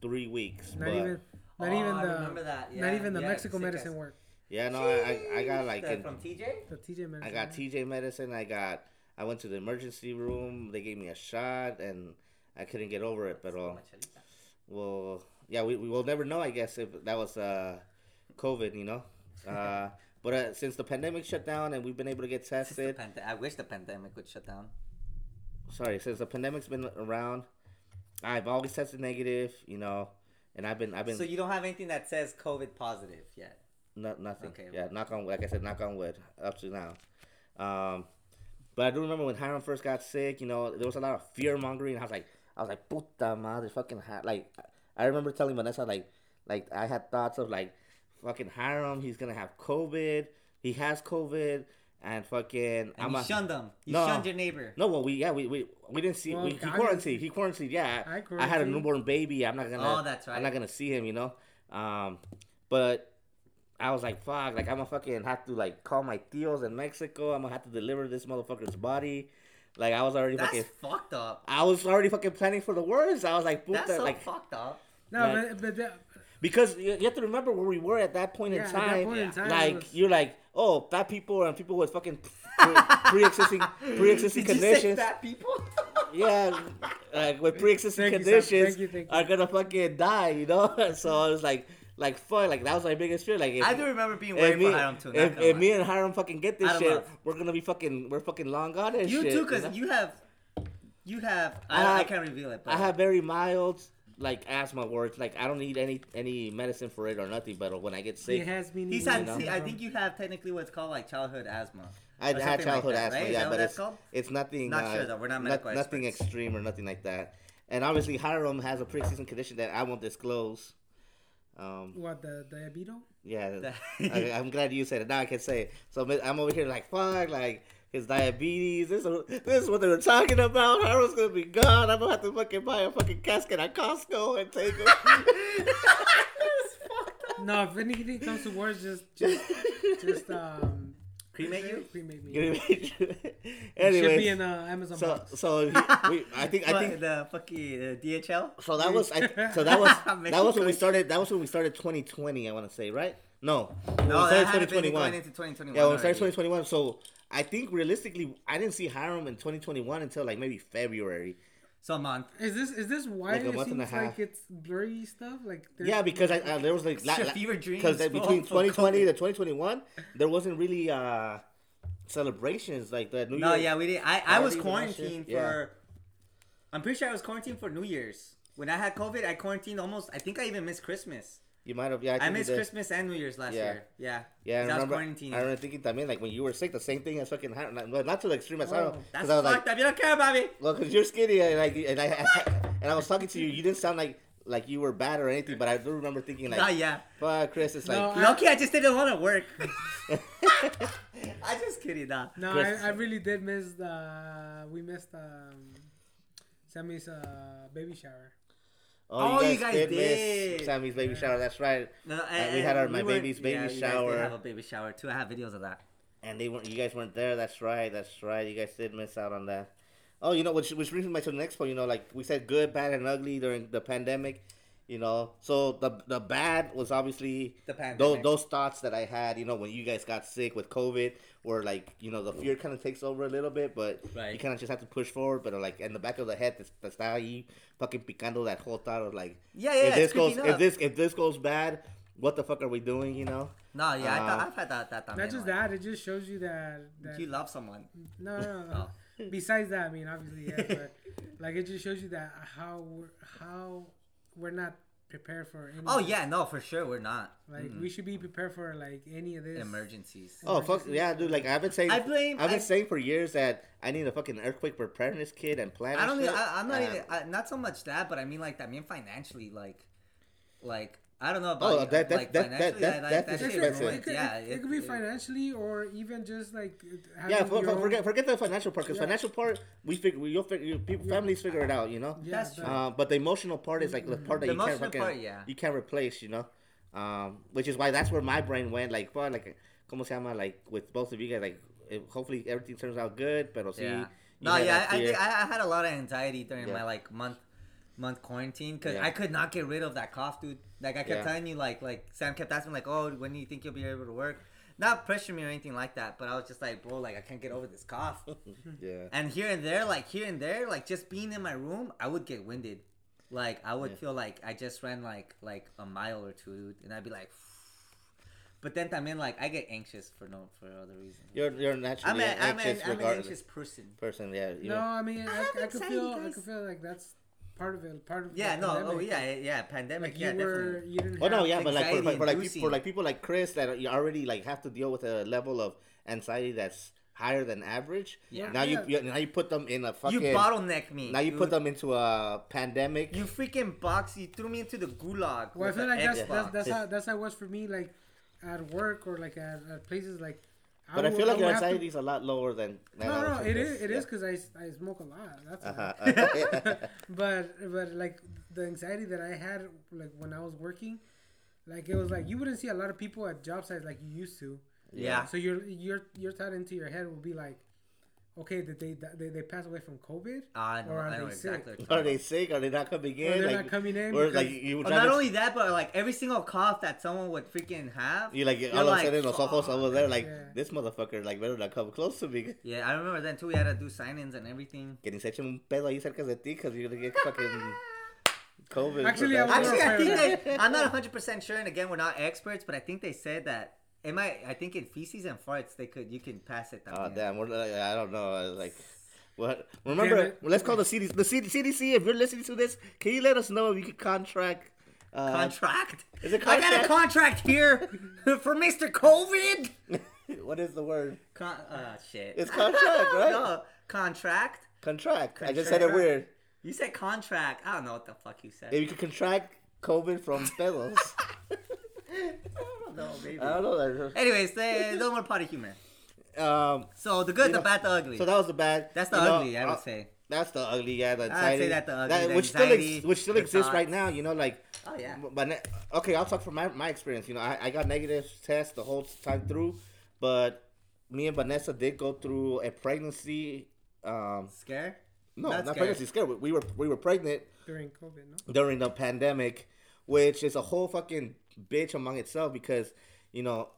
[SPEAKER 1] three weeks.
[SPEAKER 2] not
[SPEAKER 1] but
[SPEAKER 2] even, not
[SPEAKER 3] Oh,
[SPEAKER 2] even
[SPEAKER 3] I
[SPEAKER 2] the,
[SPEAKER 3] remember that.
[SPEAKER 2] not
[SPEAKER 3] Yeah,
[SPEAKER 2] even the
[SPEAKER 3] yeah,
[SPEAKER 2] Mexico
[SPEAKER 3] sick
[SPEAKER 2] medicine
[SPEAKER 3] ass.
[SPEAKER 2] work.
[SPEAKER 1] yeah, no, I, I, I got like
[SPEAKER 3] The-
[SPEAKER 1] in,
[SPEAKER 3] from TJ.
[SPEAKER 2] The TJ medicine.
[SPEAKER 1] I got
[SPEAKER 2] T.
[SPEAKER 1] TJ medicine. I got I went to the emergency room. They gave me a shot and I couldn't get over it. But all. Well, yeah, we, we will never know, I guess, if that was uh, COVID, you know. Uh, but uh, since the pandemic shut down and we've been able to get
[SPEAKER 3] Since the
[SPEAKER 1] tested,
[SPEAKER 3] pand- I wish the pandemic would shut down.
[SPEAKER 1] sorry, since the pandemic's been around, I've always tested negative, you know, and I've been I've been
[SPEAKER 3] So you don't have anything that says COVID positive yet.
[SPEAKER 1] no, nothing.
[SPEAKER 3] Okay.
[SPEAKER 1] Yeah, knock on like I said, knock on wood up to now. Um, but I do remember when Hiram first got sick. You know, there was a lot of fear mongering. I was like, I was like, puta madre, fucking Hi-" like. I remember telling Vanessa like, like I had thoughts of like, fucking Hiram, he's gonna have COVID. He has COVID, and fucking
[SPEAKER 3] And you shunned them. You
[SPEAKER 1] No.
[SPEAKER 3] shunned your neighbor.
[SPEAKER 1] no, well, we yeah, we we, we didn't see.
[SPEAKER 2] Well,
[SPEAKER 1] we, he
[SPEAKER 2] I-
[SPEAKER 1] quarantined. He quarantined. Yeah,
[SPEAKER 2] I
[SPEAKER 1] I had a
[SPEAKER 2] quarantined.
[SPEAKER 1] newborn baby. I'm not gonna.
[SPEAKER 3] Oh, that's
[SPEAKER 1] I'm
[SPEAKER 3] right.
[SPEAKER 1] not gonna see him. You know. Um, but I was like, fuck. Like I'm gonna fucking have to like call my tios in Mexico. I'm gonna have to deliver this motherfucker's body. Like I was already
[SPEAKER 3] That's
[SPEAKER 1] fucking.
[SPEAKER 3] fucked up.
[SPEAKER 1] I was already fucking planning for the worst. I was like, puta,
[SPEAKER 3] That's so
[SPEAKER 1] like
[SPEAKER 3] fucked up.
[SPEAKER 2] No,
[SPEAKER 1] like-
[SPEAKER 2] but, but the,
[SPEAKER 1] because you, you have to remember where we were at that point
[SPEAKER 2] Yeah,
[SPEAKER 1] in
[SPEAKER 2] at that
[SPEAKER 1] time.
[SPEAKER 2] point in time, it
[SPEAKER 1] like
[SPEAKER 2] was-
[SPEAKER 1] you're like, oh, fat people and people with fucking pre- pre-existing pre-existing
[SPEAKER 3] Did you
[SPEAKER 1] conditions.
[SPEAKER 3] say fat people?
[SPEAKER 1] yeah, like with pre-existing
[SPEAKER 2] Thank you, Sam.
[SPEAKER 1] conditions
[SPEAKER 2] Thank you, thank you.
[SPEAKER 1] are gonna fucking die, you know. so I was like, like fuck, like that was my biggest fear. Like, if,
[SPEAKER 3] I do remember being
[SPEAKER 1] if
[SPEAKER 3] worried
[SPEAKER 1] me,
[SPEAKER 3] for Hiram too. not
[SPEAKER 1] if,
[SPEAKER 3] gonna
[SPEAKER 1] if
[SPEAKER 3] lie.
[SPEAKER 1] me and Hiram fucking get this
[SPEAKER 3] Adam
[SPEAKER 1] shit,
[SPEAKER 3] Love.
[SPEAKER 1] we're gonna be fucking, we're fucking long gone and
[SPEAKER 3] you
[SPEAKER 1] shit.
[SPEAKER 3] too, because
[SPEAKER 1] know?
[SPEAKER 3] you have, you have.
[SPEAKER 1] I
[SPEAKER 3] I, I
[SPEAKER 1] have-
[SPEAKER 3] can't reveal it. But
[SPEAKER 1] I have very mild like asthma, where it's like I don't need any any medicine for it or nothing. But when I get
[SPEAKER 2] he
[SPEAKER 1] sick,
[SPEAKER 2] has been.
[SPEAKER 3] He's
[SPEAKER 2] eating
[SPEAKER 3] had.
[SPEAKER 1] You
[SPEAKER 2] it,
[SPEAKER 1] know?
[SPEAKER 3] see, I
[SPEAKER 2] bro.
[SPEAKER 3] think you have technically what's called like childhood asthma.
[SPEAKER 1] I
[SPEAKER 3] or
[SPEAKER 1] had
[SPEAKER 3] something like
[SPEAKER 1] childhood
[SPEAKER 3] that,
[SPEAKER 1] asthma,
[SPEAKER 3] right? Is
[SPEAKER 1] yeah,
[SPEAKER 3] that
[SPEAKER 1] but
[SPEAKER 3] what that's
[SPEAKER 1] it's,
[SPEAKER 3] called?
[SPEAKER 1] it's nothing.
[SPEAKER 3] Not
[SPEAKER 1] uh,
[SPEAKER 3] sure, though. We're not medical
[SPEAKER 1] Nothing
[SPEAKER 3] experts.
[SPEAKER 1] extreme or nothing like that. And obviously, Hiram has a pre-existing condition that I won't disclose. Um,
[SPEAKER 2] what the diabetes?
[SPEAKER 1] Yeah,
[SPEAKER 3] The-
[SPEAKER 1] I, I'm glad you said it. Now I can say it. So I'm- I'm over here like, fuck, like his diabetes. This is this is what they were talking about. Harold's gonna be gone. I'm gonna have to fucking buy a fucking casket at Costco and take him.
[SPEAKER 2] No, if anything comes to words, just just just um.
[SPEAKER 3] Cremate you?
[SPEAKER 2] Cremate me.
[SPEAKER 1] You know
[SPEAKER 2] It
[SPEAKER 1] what I mean?
[SPEAKER 2] should be
[SPEAKER 1] Anyways,
[SPEAKER 2] in uh, Amazon
[SPEAKER 1] so
[SPEAKER 2] box.
[SPEAKER 1] so he, we, I think I
[SPEAKER 3] What,
[SPEAKER 1] think
[SPEAKER 3] the fucking uh, DHL.
[SPEAKER 1] so that was I, so that was that was when we
[SPEAKER 3] Mexico.
[SPEAKER 1] started. That was when we started 2020. I want to say right? No, When we started
[SPEAKER 3] No, Oh, that had been going into 2021.
[SPEAKER 1] Yeah, when we started
[SPEAKER 3] already.
[SPEAKER 1] 2021. So I think realistically, I didn't see Hiram in 2021 until like maybe February.
[SPEAKER 3] So a month.
[SPEAKER 2] Is this is this why
[SPEAKER 1] Like a
[SPEAKER 2] it
[SPEAKER 1] month and a
[SPEAKER 2] seems
[SPEAKER 1] half.
[SPEAKER 2] like it's blurry stuff? Like there's-
[SPEAKER 1] Yeah, because I, I there was like
[SPEAKER 3] your fever dreams, oh,
[SPEAKER 1] because
[SPEAKER 3] bro,
[SPEAKER 1] between
[SPEAKER 3] for
[SPEAKER 1] 2020
[SPEAKER 3] COVID.
[SPEAKER 1] to 2021, there wasn't really uh celebrations like the New
[SPEAKER 3] No,
[SPEAKER 1] Year.
[SPEAKER 3] yeah, we did. I, I
[SPEAKER 1] Parties and that
[SPEAKER 3] was
[SPEAKER 1] shit.
[SPEAKER 3] quarantined for.
[SPEAKER 1] Yeah.
[SPEAKER 3] I'm pretty sure I was quarantined for New Year's. When I had COVID, I quarantined almost. I think I even missed Christmas.
[SPEAKER 1] you might have. Yeah, I,
[SPEAKER 3] I
[SPEAKER 1] think you
[SPEAKER 3] missed
[SPEAKER 1] did.
[SPEAKER 3] Christmas and New Year's last
[SPEAKER 1] Yeah.
[SPEAKER 3] year. Yeah.
[SPEAKER 1] Yeah, I
[SPEAKER 3] 'Cause I,
[SPEAKER 1] remember. I
[SPEAKER 3] was quarantined.
[SPEAKER 1] remember thinking that man, like when you were sick, the same thing as fucking Hiram. Not, not to the extreme as Hiram,
[SPEAKER 3] Oh, That's
[SPEAKER 1] because I was
[SPEAKER 3] fucked
[SPEAKER 1] like,
[SPEAKER 3] up. You don't care about me.
[SPEAKER 1] well, because you're skinny, and like, and I, and I was talking to you, you didn't sound like like you were bad or anything, but I do remember thinking like,
[SPEAKER 3] Nah, yeah.
[SPEAKER 1] fuck, Chris, it's like.
[SPEAKER 2] No, I-
[SPEAKER 3] Lucky I just didn't want to work. I just kidding, nah.
[SPEAKER 2] No,
[SPEAKER 1] Chris-
[SPEAKER 2] I, I really did miss the we missed um Sammy's uh, baby shower.
[SPEAKER 1] Oh, you,
[SPEAKER 3] Oh,
[SPEAKER 1] guys,
[SPEAKER 3] you guys
[SPEAKER 1] did,
[SPEAKER 3] did.
[SPEAKER 1] miss Sammy's baby shower. That's right.
[SPEAKER 3] No, no,
[SPEAKER 1] And we had our my
[SPEAKER 3] we weren't-
[SPEAKER 1] baby's
[SPEAKER 3] yeah,
[SPEAKER 1] baby
[SPEAKER 3] you guys did
[SPEAKER 1] shower,
[SPEAKER 3] have a baby shower too. I have videos of that.
[SPEAKER 1] and they weren't. You guys weren't there. That's right. That's right. You guys did miss out on that. Oh, you know, which which brings me to the next point. You know, like we said, good, bad, and ugly during the pandemic, You know, so the the bad was obviously
[SPEAKER 3] The
[SPEAKER 1] those,
[SPEAKER 3] pandemic.
[SPEAKER 1] those thoughts that I had. You know, when you guys got sick with COVID, where like you know the fear kind of takes over a little bit, but you
[SPEAKER 3] Right.
[SPEAKER 1] kind of just have to push forward. But like in the back of the head, that's- that's how you fucking picando that whole thought of like,
[SPEAKER 3] Yeah, yeah,
[SPEAKER 1] if
[SPEAKER 3] it's
[SPEAKER 1] this goes,
[SPEAKER 3] creeping
[SPEAKER 1] if
[SPEAKER 3] up.
[SPEAKER 1] this if this goes bad, what the fuck are we doing? You know.
[SPEAKER 3] No, yeah, I
[SPEAKER 1] Uh,
[SPEAKER 3] thought, I've had that. that
[SPEAKER 2] Not just that. It just shows you that. that
[SPEAKER 3] You Oh. love someone.
[SPEAKER 2] No, no, no. Besides that, I mean, obviously, yes, but like it just shows you that how we're, how we're not prepared for any.
[SPEAKER 3] Oh yeah, Mm. no, for sure we're not
[SPEAKER 2] Like we should be prepared for like any of this.
[SPEAKER 3] emergencies.
[SPEAKER 1] Oh fuck yeah, dude! Like I've been saying,
[SPEAKER 3] I blame-
[SPEAKER 1] I've been
[SPEAKER 3] I-
[SPEAKER 1] saying for years that I need a fucking earthquake preparedness kit and plan.
[SPEAKER 3] I don't.
[SPEAKER 1] and
[SPEAKER 3] Even,
[SPEAKER 1] shit.
[SPEAKER 3] I, I'm not
[SPEAKER 1] And-
[SPEAKER 3] even. I, not so much that, but I mean like that. I mean financially, like, like I don't know about
[SPEAKER 1] Oh,
[SPEAKER 3] you,
[SPEAKER 1] that- that-
[SPEAKER 3] like
[SPEAKER 1] that- that-
[SPEAKER 3] financially,
[SPEAKER 1] that-
[SPEAKER 3] I, like,
[SPEAKER 1] that's
[SPEAKER 2] That's
[SPEAKER 3] that shit
[SPEAKER 2] it.
[SPEAKER 1] expensive.
[SPEAKER 2] It
[SPEAKER 3] ruins-
[SPEAKER 2] could,
[SPEAKER 3] yeah,
[SPEAKER 2] it, could be financially or even just like having
[SPEAKER 1] yeah, for,
[SPEAKER 2] your
[SPEAKER 1] for,
[SPEAKER 2] own-
[SPEAKER 1] forget forget the financial part because
[SPEAKER 2] Yeah.
[SPEAKER 1] financial part we figure we, you'll figure you, people, families figure it out, you know.
[SPEAKER 2] Yeah,
[SPEAKER 3] That's
[SPEAKER 2] that-
[SPEAKER 3] true.
[SPEAKER 1] Uh, but the emotional part is like the part that
[SPEAKER 3] The
[SPEAKER 1] you can't
[SPEAKER 3] emotional
[SPEAKER 1] fucking,
[SPEAKER 3] part, yeah.
[SPEAKER 1] you can't replace, you know. Um, which is why that's where my brain went like, well, like, como se llama, like with both of you guys, like, it, hopefully everything turns out good, pero sí.
[SPEAKER 3] Yeah.
[SPEAKER 1] you
[SPEAKER 3] No,
[SPEAKER 1] had
[SPEAKER 3] yeah,
[SPEAKER 1] that
[SPEAKER 3] I, I
[SPEAKER 1] fear.
[SPEAKER 3] think I, I had a lot of anxiety during
[SPEAKER 1] Yeah.
[SPEAKER 3] my like month month quarantine because
[SPEAKER 1] Yeah.
[SPEAKER 3] I could not get rid of that cough, dude. Like I kept
[SPEAKER 1] Yeah.
[SPEAKER 3] telling you, like like Sam kept asking, like, oh, when do you think you'll be able to work? Not pressure me or anything like that, but I was just like, bro, like I can't get over this cough.
[SPEAKER 1] yeah.
[SPEAKER 3] and here and there, like here and there, like just being in my room, I would get winded. Like I would
[SPEAKER 1] Yeah.
[SPEAKER 3] feel like I just ran like like a mile or two, and I'd be like. But then I'm in like I get anxious for no for other reason.
[SPEAKER 1] You're you're
[SPEAKER 3] I'm,
[SPEAKER 1] naturally
[SPEAKER 3] a, I'm,
[SPEAKER 1] anxious
[SPEAKER 3] an, I'm an
[SPEAKER 1] regardless.
[SPEAKER 3] anxious person.
[SPEAKER 1] Person, yeah. You
[SPEAKER 2] No,
[SPEAKER 1] know.
[SPEAKER 2] I mean,
[SPEAKER 3] I
[SPEAKER 2] I,
[SPEAKER 3] have
[SPEAKER 2] I, could
[SPEAKER 3] anxiety,
[SPEAKER 2] feel, I
[SPEAKER 3] guys.
[SPEAKER 2] could feel like that's part of it. Part of
[SPEAKER 3] Yeah,
[SPEAKER 2] the
[SPEAKER 3] no, oh
[SPEAKER 2] pandemic.
[SPEAKER 3] yeah, yeah, yeah, pandemic,
[SPEAKER 2] Like
[SPEAKER 3] yeah,
[SPEAKER 2] you were,
[SPEAKER 3] definitely.
[SPEAKER 2] you didn't.
[SPEAKER 1] Oh no,
[SPEAKER 2] have-
[SPEAKER 1] yeah, but like for, for, for like people, for
[SPEAKER 3] anxiety-inducing.
[SPEAKER 1] like people like Chris that are- you already like have to deal with a level of anxiety that's higher than average.
[SPEAKER 2] Yeah.
[SPEAKER 1] Now you,
[SPEAKER 2] Yeah.
[SPEAKER 1] you now you put them in a
[SPEAKER 3] You
[SPEAKER 1] fucking.
[SPEAKER 3] bottleneck me.
[SPEAKER 1] now you
[SPEAKER 3] dude.
[SPEAKER 1] put them into a pandemic.
[SPEAKER 3] You freaking box. You threw me into the gulag.
[SPEAKER 2] Well, I
[SPEAKER 3] with
[SPEAKER 2] feel
[SPEAKER 3] the
[SPEAKER 2] like that's,
[SPEAKER 3] Xbox.
[SPEAKER 2] that's that's how that's how it was for me, like at work or like at, at places like.
[SPEAKER 1] but I
[SPEAKER 2] would-
[SPEAKER 1] feel like your
[SPEAKER 2] would have to-
[SPEAKER 1] anxiety is a lot lower than. than
[SPEAKER 2] No,
[SPEAKER 1] I
[SPEAKER 2] no,
[SPEAKER 1] would
[SPEAKER 2] it
[SPEAKER 1] think
[SPEAKER 2] is it is because I s- I, smoke a lot. That's why.
[SPEAKER 1] Uh-huh.
[SPEAKER 2] but but like the anxiety that I had like when I was working, like it was like you wouldn't see a lot of people at job sites like you used to.
[SPEAKER 3] yeah.
[SPEAKER 2] So your your your thought into your head will be like, okay, did they they, they pass away from COVID?
[SPEAKER 3] I know,
[SPEAKER 2] Or are
[SPEAKER 3] Ah, I know
[SPEAKER 2] they sick?
[SPEAKER 3] exactly. what you're
[SPEAKER 1] Are
[SPEAKER 3] talking
[SPEAKER 1] they
[SPEAKER 3] about.
[SPEAKER 1] sick? Are they not coming in?
[SPEAKER 2] they're
[SPEAKER 1] like,
[SPEAKER 2] not coming in
[SPEAKER 1] Or like
[SPEAKER 2] because-
[SPEAKER 1] you
[SPEAKER 3] Oh,
[SPEAKER 1] try
[SPEAKER 3] not
[SPEAKER 1] to-
[SPEAKER 3] only that, but like every single cough that someone would freaking have.
[SPEAKER 1] you like
[SPEAKER 3] you're
[SPEAKER 1] all of a sudden los
[SPEAKER 3] "Fuck."
[SPEAKER 1] ojos over there like
[SPEAKER 2] Yeah.
[SPEAKER 1] this motherfucker like better not come close to me.
[SPEAKER 3] Yeah, I remember then too. We had to do sign-ins and everything.
[SPEAKER 1] Getting such un pedo ahí cerca de ti because you're gonna get fucking COVID. Ah, for
[SPEAKER 2] Actually, I
[SPEAKER 1] that.
[SPEAKER 2] was
[SPEAKER 3] Actually, I
[SPEAKER 2] fair
[SPEAKER 3] think they, I'm not 100 percent sure, and again, we're not experts, but I think they said that. It might. I think in feces and farts, they could. You can pass it. that
[SPEAKER 1] Oh
[SPEAKER 3] way.
[SPEAKER 1] damn, we're, like, I don't know. I was Like, what? Remember,
[SPEAKER 2] it.
[SPEAKER 1] let's call the CDC. The C- CDC. If you're listening to this, can you let us know if you could contract? Uh,
[SPEAKER 3] contract.
[SPEAKER 1] Is it
[SPEAKER 3] I got
[SPEAKER 1] contract?
[SPEAKER 3] a contract here for Mr. COVID.
[SPEAKER 1] what is the word?
[SPEAKER 3] Con- uh, shit.
[SPEAKER 1] It's contract, right?
[SPEAKER 3] no, contract.
[SPEAKER 1] Contract. I just said it weird.
[SPEAKER 3] You said contract. I don't know what the fuck you said.
[SPEAKER 1] If you could contract COVID from pedos.
[SPEAKER 3] no, maybe.
[SPEAKER 1] I don't know.
[SPEAKER 3] Anyways, they, no more potty humor.
[SPEAKER 1] Um,
[SPEAKER 3] So the good,
[SPEAKER 1] You
[SPEAKER 3] the
[SPEAKER 1] know,
[SPEAKER 3] bad, the ugly.
[SPEAKER 1] so that was the bad.
[SPEAKER 3] That's the
[SPEAKER 1] you know,
[SPEAKER 3] ugly, I
[SPEAKER 1] uh,
[SPEAKER 3] would say.
[SPEAKER 1] That's the ugly, yeah. The anxiety,
[SPEAKER 3] I'd say that the ugly, the
[SPEAKER 1] which still ex-
[SPEAKER 3] anxiety,
[SPEAKER 1] which still
[SPEAKER 3] the
[SPEAKER 1] exists right
[SPEAKER 3] thoughts.
[SPEAKER 1] now. You know, like
[SPEAKER 3] Oh, yeah.
[SPEAKER 1] m- But ne- okay, I'll talk from my, my experience. You know, I, I got negative tests the whole time through, but me and Vanessa did go through a pregnancy. Um,
[SPEAKER 3] Scare?
[SPEAKER 1] no,
[SPEAKER 3] Not
[SPEAKER 1] not,
[SPEAKER 3] scared.
[SPEAKER 1] pregnancy. Scared. We, we were we were pregnant
[SPEAKER 2] During COVID, no.
[SPEAKER 1] during the pandemic, which is a whole fucking bitch among itself because you know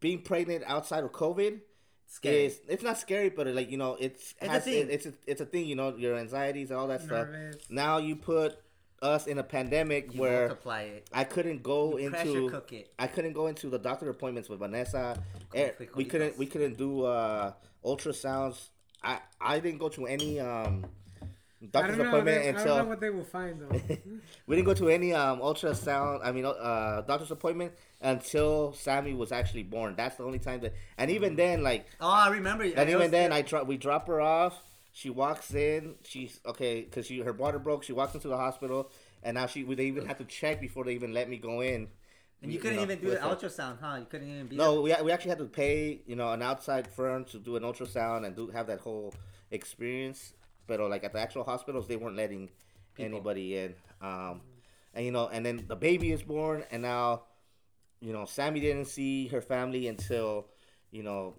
[SPEAKER 1] being pregnant outside of COVID
[SPEAKER 3] Scary.
[SPEAKER 1] is it's not scary, but like you know, it's
[SPEAKER 3] a
[SPEAKER 1] has-
[SPEAKER 3] thing.
[SPEAKER 1] it- it's a, it's a thing. You know, your anxieties and all that
[SPEAKER 2] Nervous.
[SPEAKER 1] stuff. Now you put us in a pandemic
[SPEAKER 3] You
[SPEAKER 1] where
[SPEAKER 3] multiply it.
[SPEAKER 1] I couldn't go
[SPEAKER 3] You pressure
[SPEAKER 1] into
[SPEAKER 3] cook it.
[SPEAKER 1] I couldn't go into the doctor appointments with Vanessa. Eh,
[SPEAKER 3] quick,
[SPEAKER 1] we
[SPEAKER 3] quick,
[SPEAKER 1] couldn't
[SPEAKER 3] yes.
[SPEAKER 1] we couldn't do uh, ultrasounds. I I didn't go to any um,
[SPEAKER 2] I
[SPEAKER 1] doctor's
[SPEAKER 2] don't know.
[SPEAKER 1] appointment
[SPEAKER 2] They, I
[SPEAKER 1] until
[SPEAKER 2] don't know what they will find though.
[SPEAKER 1] we didn't go to any um ultrasound. I mean, uh, doctor's appointment until Sammy was actually born. That's the only time that, and even then, like,
[SPEAKER 3] Oh, I remember. you.
[SPEAKER 1] and
[SPEAKER 3] I
[SPEAKER 1] even
[SPEAKER 3] was-
[SPEAKER 1] then, I drop. We drop her off. She walks in. She's okay because she her water broke. She walks into the hospital, and now she. They even had to check before they even let me go in.
[SPEAKER 3] And you couldn't
[SPEAKER 1] know,
[SPEAKER 3] even do the
[SPEAKER 1] with her.
[SPEAKER 3] ultrasound, huh? You couldn't even be
[SPEAKER 1] No, we, we actually had to pay, you know, an outside firm to do an ultrasound and do have that whole experience. But like at the actual hospitals, they weren't letting anybody in. Um, and you know, and then the baby is born, and now, you know, Sammy didn't see her family until, you know,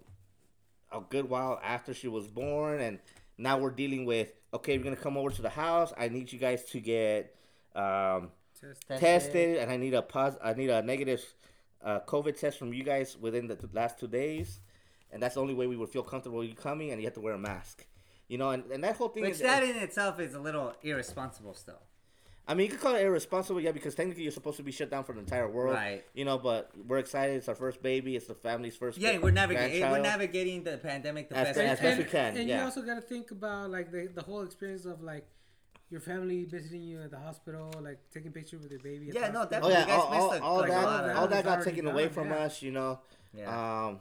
[SPEAKER 1] a good while after she was born, and now we're dealing with okay, we're gonna come over to the house. I need you guys to get. Um,
[SPEAKER 2] Test.
[SPEAKER 1] tested, and I need a pos- I need a negative uh, COVID test from you guys within the th- last two days, and that's the only way we would feel comfortable you coming, and you have to wear a mask. You know, and, and that whole thing
[SPEAKER 3] Which
[SPEAKER 1] is
[SPEAKER 3] that in itself is a little irresponsible still.
[SPEAKER 1] I mean, you could call it irresponsible, yeah, because technically you're supposed to be shut down for the entire world,
[SPEAKER 3] Right.
[SPEAKER 1] You know, but we're excited. It's our first baby. It's the family's first.
[SPEAKER 3] Yeah,
[SPEAKER 1] big
[SPEAKER 3] we're navigating we're
[SPEAKER 1] grandchild.
[SPEAKER 3] navigating the pandemic the
[SPEAKER 1] As-
[SPEAKER 3] best
[SPEAKER 1] as
[SPEAKER 3] we
[SPEAKER 1] best
[SPEAKER 3] can.
[SPEAKER 1] we can,
[SPEAKER 2] And
[SPEAKER 1] yeah.
[SPEAKER 2] you also got to think about like the, the whole experience of like your family visiting you at the hospital, like taking pictures with your baby. at the
[SPEAKER 3] Yeah, no,
[SPEAKER 2] hospital.
[SPEAKER 1] Oh
[SPEAKER 3] You
[SPEAKER 1] yeah,
[SPEAKER 3] guys
[SPEAKER 1] all, all,
[SPEAKER 3] missed a-
[SPEAKER 1] all
[SPEAKER 3] like, a lot
[SPEAKER 1] that
[SPEAKER 3] of
[SPEAKER 1] all
[SPEAKER 2] that.
[SPEAKER 1] that got
[SPEAKER 2] It's
[SPEAKER 1] taken
[SPEAKER 2] already
[SPEAKER 1] away
[SPEAKER 2] gone,
[SPEAKER 1] from
[SPEAKER 2] yeah.
[SPEAKER 1] us. You know,
[SPEAKER 3] Yeah.
[SPEAKER 1] um,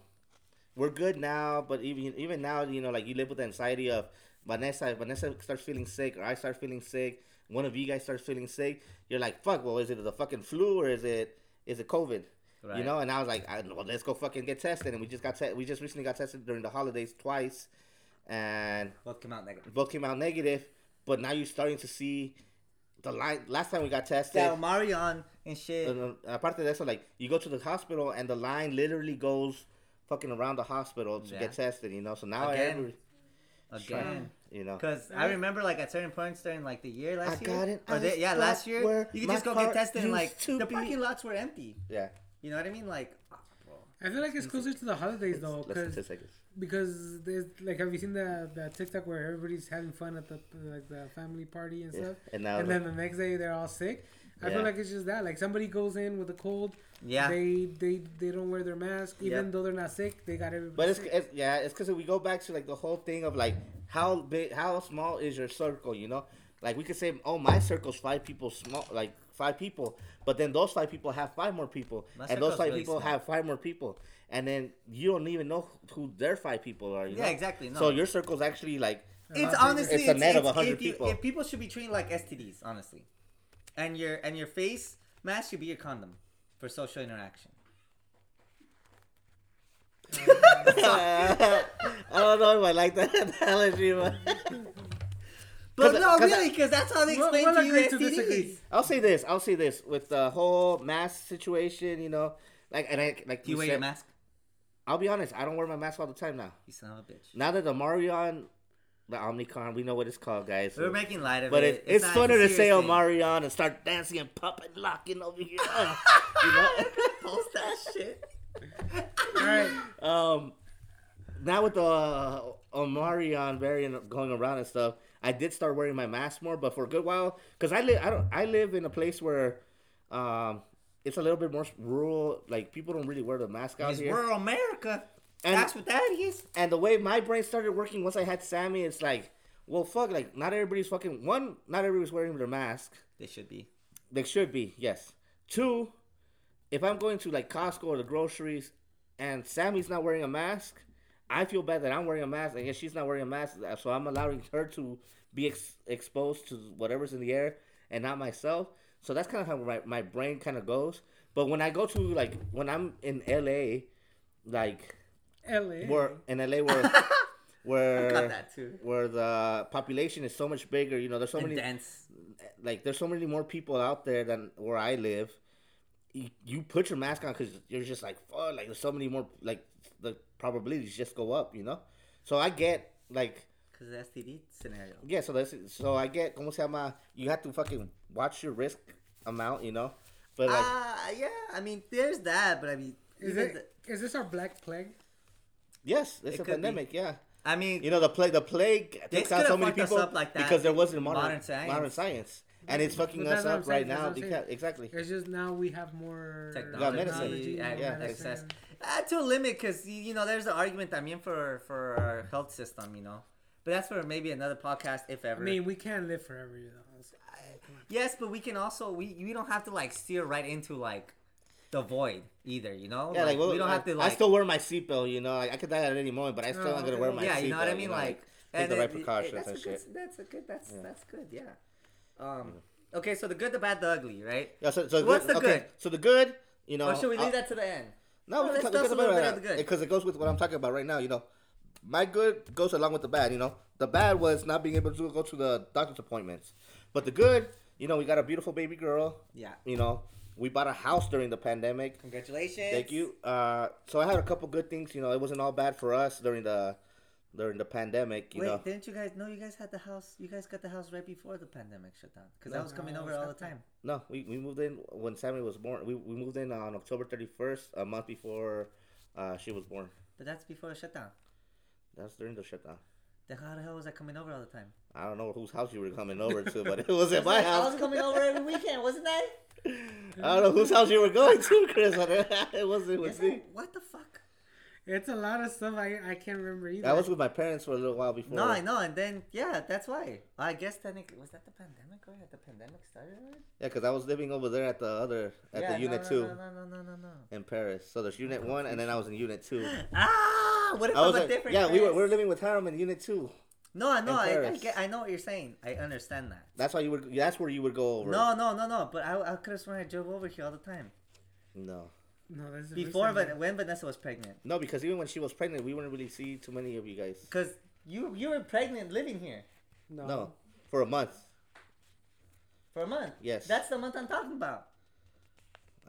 [SPEAKER 1] we're good now, but even even now, you know, like you live with the anxiety of Vanessa. If Vanessa starts feeling sick, or I start feeling sick. One of you guys starts feeling sick. You're like, fuck. Well, is it the fucking flu or is it is it COVID? You
[SPEAKER 3] Right.
[SPEAKER 1] know. And I was like, I, well, let's go fucking get tested. And we just got te- we just recently got tested during the holidays twice, and
[SPEAKER 3] Both come out negative.
[SPEAKER 1] both came out negative. But now you're starting to see the line. Last time we got tested,
[SPEAKER 3] Yeah, Marion and shit.
[SPEAKER 1] and, uh, apart from that, so like you go to the hospital and the line literally goes fucking around the hospital to
[SPEAKER 3] Yeah.
[SPEAKER 1] get tested, you know. So now
[SPEAKER 3] Again.
[SPEAKER 1] every
[SPEAKER 3] Again.
[SPEAKER 1] you know.
[SPEAKER 3] Because I remember, like at certain points during like the year last
[SPEAKER 1] I
[SPEAKER 3] year,
[SPEAKER 1] got it.
[SPEAKER 3] or
[SPEAKER 1] I
[SPEAKER 3] the- yeah,
[SPEAKER 1] got
[SPEAKER 3] last year,
[SPEAKER 1] where
[SPEAKER 3] you could
[SPEAKER 1] my
[SPEAKER 3] just go get
[SPEAKER 1] cart
[SPEAKER 3] tested, and
[SPEAKER 1] used
[SPEAKER 3] like
[SPEAKER 1] to
[SPEAKER 3] the
[SPEAKER 1] be.
[SPEAKER 3] parking lots were empty.
[SPEAKER 1] Yeah.
[SPEAKER 3] You know what I mean? Like, ah, bro.
[SPEAKER 2] I feel like it's closer to the holidays though,
[SPEAKER 1] Less than 10
[SPEAKER 2] because
[SPEAKER 1] seconds.
[SPEAKER 2] because there's like have you seen the the TikTok where everybody's having fun at the like the family party and
[SPEAKER 1] Yeah.
[SPEAKER 2] stuff,
[SPEAKER 1] And now
[SPEAKER 2] and then the next day they're all sick. I
[SPEAKER 1] Yeah.
[SPEAKER 2] feel like it's just that like somebody goes in with a cold.
[SPEAKER 3] Yeah.
[SPEAKER 2] They they they don't wear their mask even
[SPEAKER 3] Yep.
[SPEAKER 2] though they're not sick. They got everybody.
[SPEAKER 1] But it's,
[SPEAKER 2] sick.
[SPEAKER 1] it's yeah, it's because we go back to like the whole thing of like how big, how small is your circle? You know, like we could say, oh, my circle's five people small, like five people, but then those five people have five more people,
[SPEAKER 3] My
[SPEAKER 1] and those
[SPEAKER 3] circle's
[SPEAKER 1] five
[SPEAKER 3] really
[SPEAKER 1] people
[SPEAKER 3] small.
[SPEAKER 1] have five more people, and then you don't even know who their five people are. You
[SPEAKER 3] Yeah,
[SPEAKER 1] know?
[SPEAKER 3] exactly, no.
[SPEAKER 1] So your circle's actually like
[SPEAKER 3] It's
[SPEAKER 2] It's
[SPEAKER 3] honestly,
[SPEAKER 1] a net of
[SPEAKER 3] it's-
[SPEAKER 1] 100
[SPEAKER 3] if you-
[SPEAKER 1] people.
[SPEAKER 3] If people should be treated like STDs, honestly, and your and your face mask should be your condom for social interaction.
[SPEAKER 1] I don't know if I like that analogy, but
[SPEAKER 3] But
[SPEAKER 1] 'Cause-
[SPEAKER 3] no,
[SPEAKER 1] 'cause I-
[SPEAKER 3] really, because that's how they
[SPEAKER 2] We'll-
[SPEAKER 3] explain
[SPEAKER 2] we'll
[SPEAKER 3] to you
[SPEAKER 2] agree to
[SPEAKER 3] STDs.
[SPEAKER 2] disagree.
[SPEAKER 1] I'll say this. I'll say this with the whole mask situation. You know, like and I like
[SPEAKER 3] Do you wear
[SPEAKER 1] said,
[SPEAKER 3] your mask?
[SPEAKER 1] I'll be honest. I don't wear my mask all the time now.
[SPEAKER 3] You son of a bitch.
[SPEAKER 1] Now that the Omarion, the Omnicon, we know what it's called, guys.
[SPEAKER 3] We're making light of
[SPEAKER 1] but
[SPEAKER 3] it.
[SPEAKER 1] it, it's,
[SPEAKER 3] not-
[SPEAKER 1] funner
[SPEAKER 3] a
[SPEAKER 1] to say
[SPEAKER 3] serious thing.
[SPEAKER 1] Omarion and start dancing and popping, locking over here. Uh, you know?
[SPEAKER 3] Post that shit.
[SPEAKER 2] all right.
[SPEAKER 1] um, now with the uh, Omarion variant going around and stuff, I did start wearing my mask more, but for a good while, because I live, I don't, I live in a place where, um, it's a little bit more rural. Like people don't really wear the mask out
[SPEAKER 3] It's
[SPEAKER 1] here.
[SPEAKER 3] rural America.
[SPEAKER 1] And-
[SPEAKER 3] that's what that is.
[SPEAKER 1] And the way my brain started working once I had Sammy, it's like, well, fuck, like not everybody's fucking one. Not everybody's wearing their mask.
[SPEAKER 3] They should be.
[SPEAKER 1] They should be, yes. Two, if I'm going to like Costco or the groceries and Sammy's not wearing a mask, I feel bad that I'm wearing a mask and yet she's not wearing a mask, so I'm allowing her to be ex- exposed to whatever's in the air and not myself. So that's kind of how my, my brain kind of goes. But when I go to like when I'm in LA, like
[SPEAKER 2] L.A.
[SPEAKER 1] where in LA where where
[SPEAKER 3] Got that too.
[SPEAKER 1] where the population is so much bigger, you know, there's so
[SPEAKER 3] And
[SPEAKER 1] many
[SPEAKER 3] dance.
[SPEAKER 1] like there's so many more people out there than where I live. You, you put your mask on because you're just like fuck. Like there's so many more. Like the probabilities just go up. You know. So I get like
[SPEAKER 3] Because the STD scenario.
[SPEAKER 1] yeah. So that's so I get. Como se llama? You have to fucking watch your risk amount. You know. But like
[SPEAKER 3] Ah, yeah. I mean, there's that, but I mean,
[SPEAKER 2] Is
[SPEAKER 3] even
[SPEAKER 2] it? Is this our black plague?
[SPEAKER 1] yes, it's
[SPEAKER 3] it
[SPEAKER 1] a
[SPEAKER 3] could be.
[SPEAKER 1] pandemic. Yeah.
[SPEAKER 3] the- I mean,
[SPEAKER 1] You know the plague. The plague
[SPEAKER 3] They
[SPEAKER 1] took out
[SPEAKER 3] could've
[SPEAKER 1] so many
[SPEAKER 3] fucked us
[SPEAKER 1] people
[SPEAKER 3] up like that.
[SPEAKER 1] because there wasn't modern
[SPEAKER 3] Modern
[SPEAKER 1] modern
[SPEAKER 3] science.
[SPEAKER 1] science. And it's fucking
[SPEAKER 2] But that's
[SPEAKER 1] us
[SPEAKER 2] what I'm
[SPEAKER 1] up right
[SPEAKER 2] saying, that's
[SPEAKER 1] now.
[SPEAKER 2] what I'm
[SPEAKER 1] because- Exactly.
[SPEAKER 2] It's just now we have more
[SPEAKER 3] technology,
[SPEAKER 1] medicine.
[SPEAKER 2] technology,
[SPEAKER 1] Yeah,
[SPEAKER 2] more
[SPEAKER 1] yeah,
[SPEAKER 2] medicine.
[SPEAKER 3] access. Uh, to a limit, because you know, there's an argument. I mean, for for our health system, you know, but that's for maybe another podcast, if
[SPEAKER 2] I
[SPEAKER 3] ever.
[SPEAKER 2] mean, we can't live forever. You know? so- come on.
[SPEAKER 3] yes, but we can also we we don't have to like steer right into like the void either, you know.
[SPEAKER 1] Yeah, like,
[SPEAKER 3] we
[SPEAKER 1] well,
[SPEAKER 3] don't
[SPEAKER 1] like,
[SPEAKER 3] have to like.
[SPEAKER 1] I still wear my seatbelt, you know. Like I could die at any moment, but I still
[SPEAKER 2] Oh,
[SPEAKER 1] am gonna
[SPEAKER 2] okay.
[SPEAKER 1] wear my
[SPEAKER 3] yeah,
[SPEAKER 1] seatbelt.
[SPEAKER 3] you know what I mean, like,
[SPEAKER 1] take the
[SPEAKER 3] and
[SPEAKER 1] right
[SPEAKER 3] it- it-
[SPEAKER 1] precautions
[SPEAKER 3] that's
[SPEAKER 1] and
[SPEAKER 3] a good,
[SPEAKER 1] shit.
[SPEAKER 3] That's a good. That's that's good. Yeah. Um. Okay, so the good, the bad, the ugly, right?
[SPEAKER 1] Yeah, so, so
[SPEAKER 3] What's the
[SPEAKER 1] okay,
[SPEAKER 3] good?
[SPEAKER 1] So the good, you know.
[SPEAKER 3] Or should we leave
[SPEAKER 1] I'll-
[SPEAKER 3] that to the end?
[SPEAKER 1] No, we
[SPEAKER 3] let's
[SPEAKER 1] can talk
[SPEAKER 3] toss
[SPEAKER 1] because
[SPEAKER 3] a little bit of the good.
[SPEAKER 1] Because it goes with what I'm talking about right now. You know, my good goes along with the bad. You know, the bad was not being able to go to the doctor's appointments, but the good, you know, we got a beautiful baby girl.
[SPEAKER 3] Yeah.
[SPEAKER 1] You know, we bought a house during the pandemic.
[SPEAKER 3] Congratulations.
[SPEAKER 1] Thank you. Uh, so I had a couple good things. You know, it wasn't all bad for us during the during the pandemic. You
[SPEAKER 3] Wait,
[SPEAKER 1] know,
[SPEAKER 3] didn't you guys? No, you guys had the house. You guys got the house right before the pandemic shut down. Because I was coming
[SPEAKER 2] No,
[SPEAKER 3] over
[SPEAKER 2] it's
[SPEAKER 3] all the
[SPEAKER 2] not that.
[SPEAKER 3] time.
[SPEAKER 1] no, we, we moved in when Sammy was born. We, we moved in on October thirty first, a month before uh, she was born.
[SPEAKER 3] But that's before the shutdown.
[SPEAKER 1] That's during the shutdown.
[SPEAKER 3] Then how the hell was I coming over all the time?
[SPEAKER 1] I don't know whose house you were coming over to, but it was at my
[SPEAKER 3] I
[SPEAKER 1] house.
[SPEAKER 3] was coming over every weekend, wasn't I?
[SPEAKER 1] I don't know whose house you were going to, Chris. it wasn't
[SPEAKER 3] Yes,
[SPEAKER 1] with
[SPEAKER 3] I-
[SPEAKER 1] me.
[SPEAKER 3] What the fuck?
[SPEAKER 2] It's a lot of stuff I, I can't remember either.
[SPEAKER 1] I was with my parents for a little while before.
[SPEAKER 3] No, I know, and then yeah, that's why. I guess technically was that the pandemic or had the pandemic started already?
[SPEAKER 1] Yeah, because I was living over there at the other at
[SPEAKER 3] yeah,
[SPEAKER 1] the unit
[SPEAKER 3] no,
[SPEAKER 1] two
[SPEAKER 3] No, Oh, no, no, no, no, no.
[SPEAKER 1] in Paris. So there's unit one, and then I was in unit two.
[SPEAKER 3] Ah, what if
[SPEAKER 1] I
[SPEAKER 3] I'm
[SPEAKER 1] was
[SPEAKER 3] a
[SPEAKER 1] like,
[SPEAKER 3] different?
[SPEAKER 1] yeah, we were,
[SPEAKER 3] Chris?
[SPEAKER 1] we were living with Hiram in unit two.
[SPEAKER 3] No, I know, I, I
[SPEAKER 1] Paris.
[SPEAKER 3] get, I know what you're saying. I understand that.
[SPEAKER 1] That's why you would. That's where you would go over.
[SPEAKER 3] No, no, no, no. But I, I could have sworn I drove over here all the time
[SPEAKER 1] no,
[SPEAKER 2] no, that's the first
[SPEAKER 3] before,
[SPEAKER 2] time
[SPEAKER 3] but
[SPEAKER 2] I-
[SPEAKER 3] when Vanessa was pregnant,
[SPEAKER 1] no, because even when she was pregnant, we wouldn't really see too many of you guys.
[SPEAKER 3] because you you were pregnant, living here
[SPEAKER 2] no.
[SPEAKER 1] No, for a month.
[SPEAKER 3] for a month.
[SPEAKER 1] Yes.
[SPEAKER 3] That's the month I'm talking about.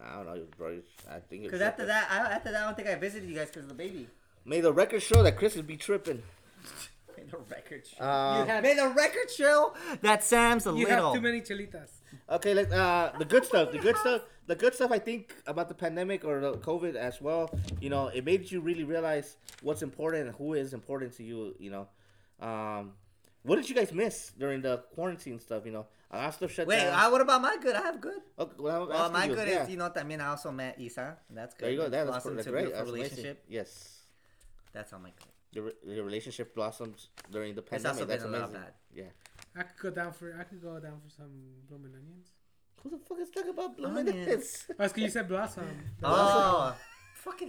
[SPEAKER 1] I don't know, bro. I think it
[SPEAKER 3] Because
[SPEAKER 1] was
[SPEAKER 3] after
[SPEAKER 1] like-
[SPEAKER 3] that, I, after that, I don't think I visited you guys because of the baby.
[SPEAKER 1] May the record show that Chris would be tripping.
[SPEAKER 3] Made a record show.
[SPEAKER 1] Uh,
[SPEAKER 2] had-
[SPEAKER 3] made a record show that Sam's a
[SPEAKER 2] You
[SPEAKER 3] little.
[SPEAKER 2] have too many chelitas.
[SPEAKER 1] Okay, let uh the good stuff, the good stuff, the good stuff. I think about the pandemic or the COVID as well. You know, it made you really realize what's important and who is important to you. You know, um, what did you guys miss during the quarantine stuff? You know, a lot of stuff shut
[SPEAKER 3] Wait,
[SPEAKER 1] down.
[SPEAKER 3] uh, what about my good? I have good.
[SPEAKER 1] okay, well, I'm
[SPEAKER 3] Well,
[SPEAKER 1] asking
[SPEAKER 3] my
[SPEAKER 1] you,
[SPEAKER 3] good
[SPEAKER 1] yeah.
[SPEAKER 3] is you know I mean I also met Isa. and That's good.
[SPEAKER 1] There you go.
[SPEAKER 3] It's
[SPEAKER 1] That, that's,
[SPEAKER 3] blossomed
[SPEAKER 1] that's
[SPEAKER 3] to a
[SPEAKER 1] great.
[SPEAKER 3] beautiful
[SPEAKER 1] That's amazing.
[SPEAKER 3] relationship.
[SPEAKER 1] Yes,
[SPEAKER 3] That's on my good.
[SPEAKER 1] your, re- your relationship blossoms during the
[SPEAKER 3] It's
[SPEAKER 1] pandemic.
[SPEAKER 3] also
[SPEAKER 1] that's
[SPEAKER 3] been a lot
[SPEAKER 1] amazing.
[SPEAKER 3] of bad.
[SPEAKER 1] Yeah.
[SPEAKER 2] I could go down for I could go down for some blooming onions.
[SPEAKER 1] Who the fuck is talking about
[SPEAKER 3] Onions.
[SPEAKER 1] lemons?
[SPEAKER 2] Oh, it's 'cause you said blossom.
[SPEAKER 3] Oh, fucking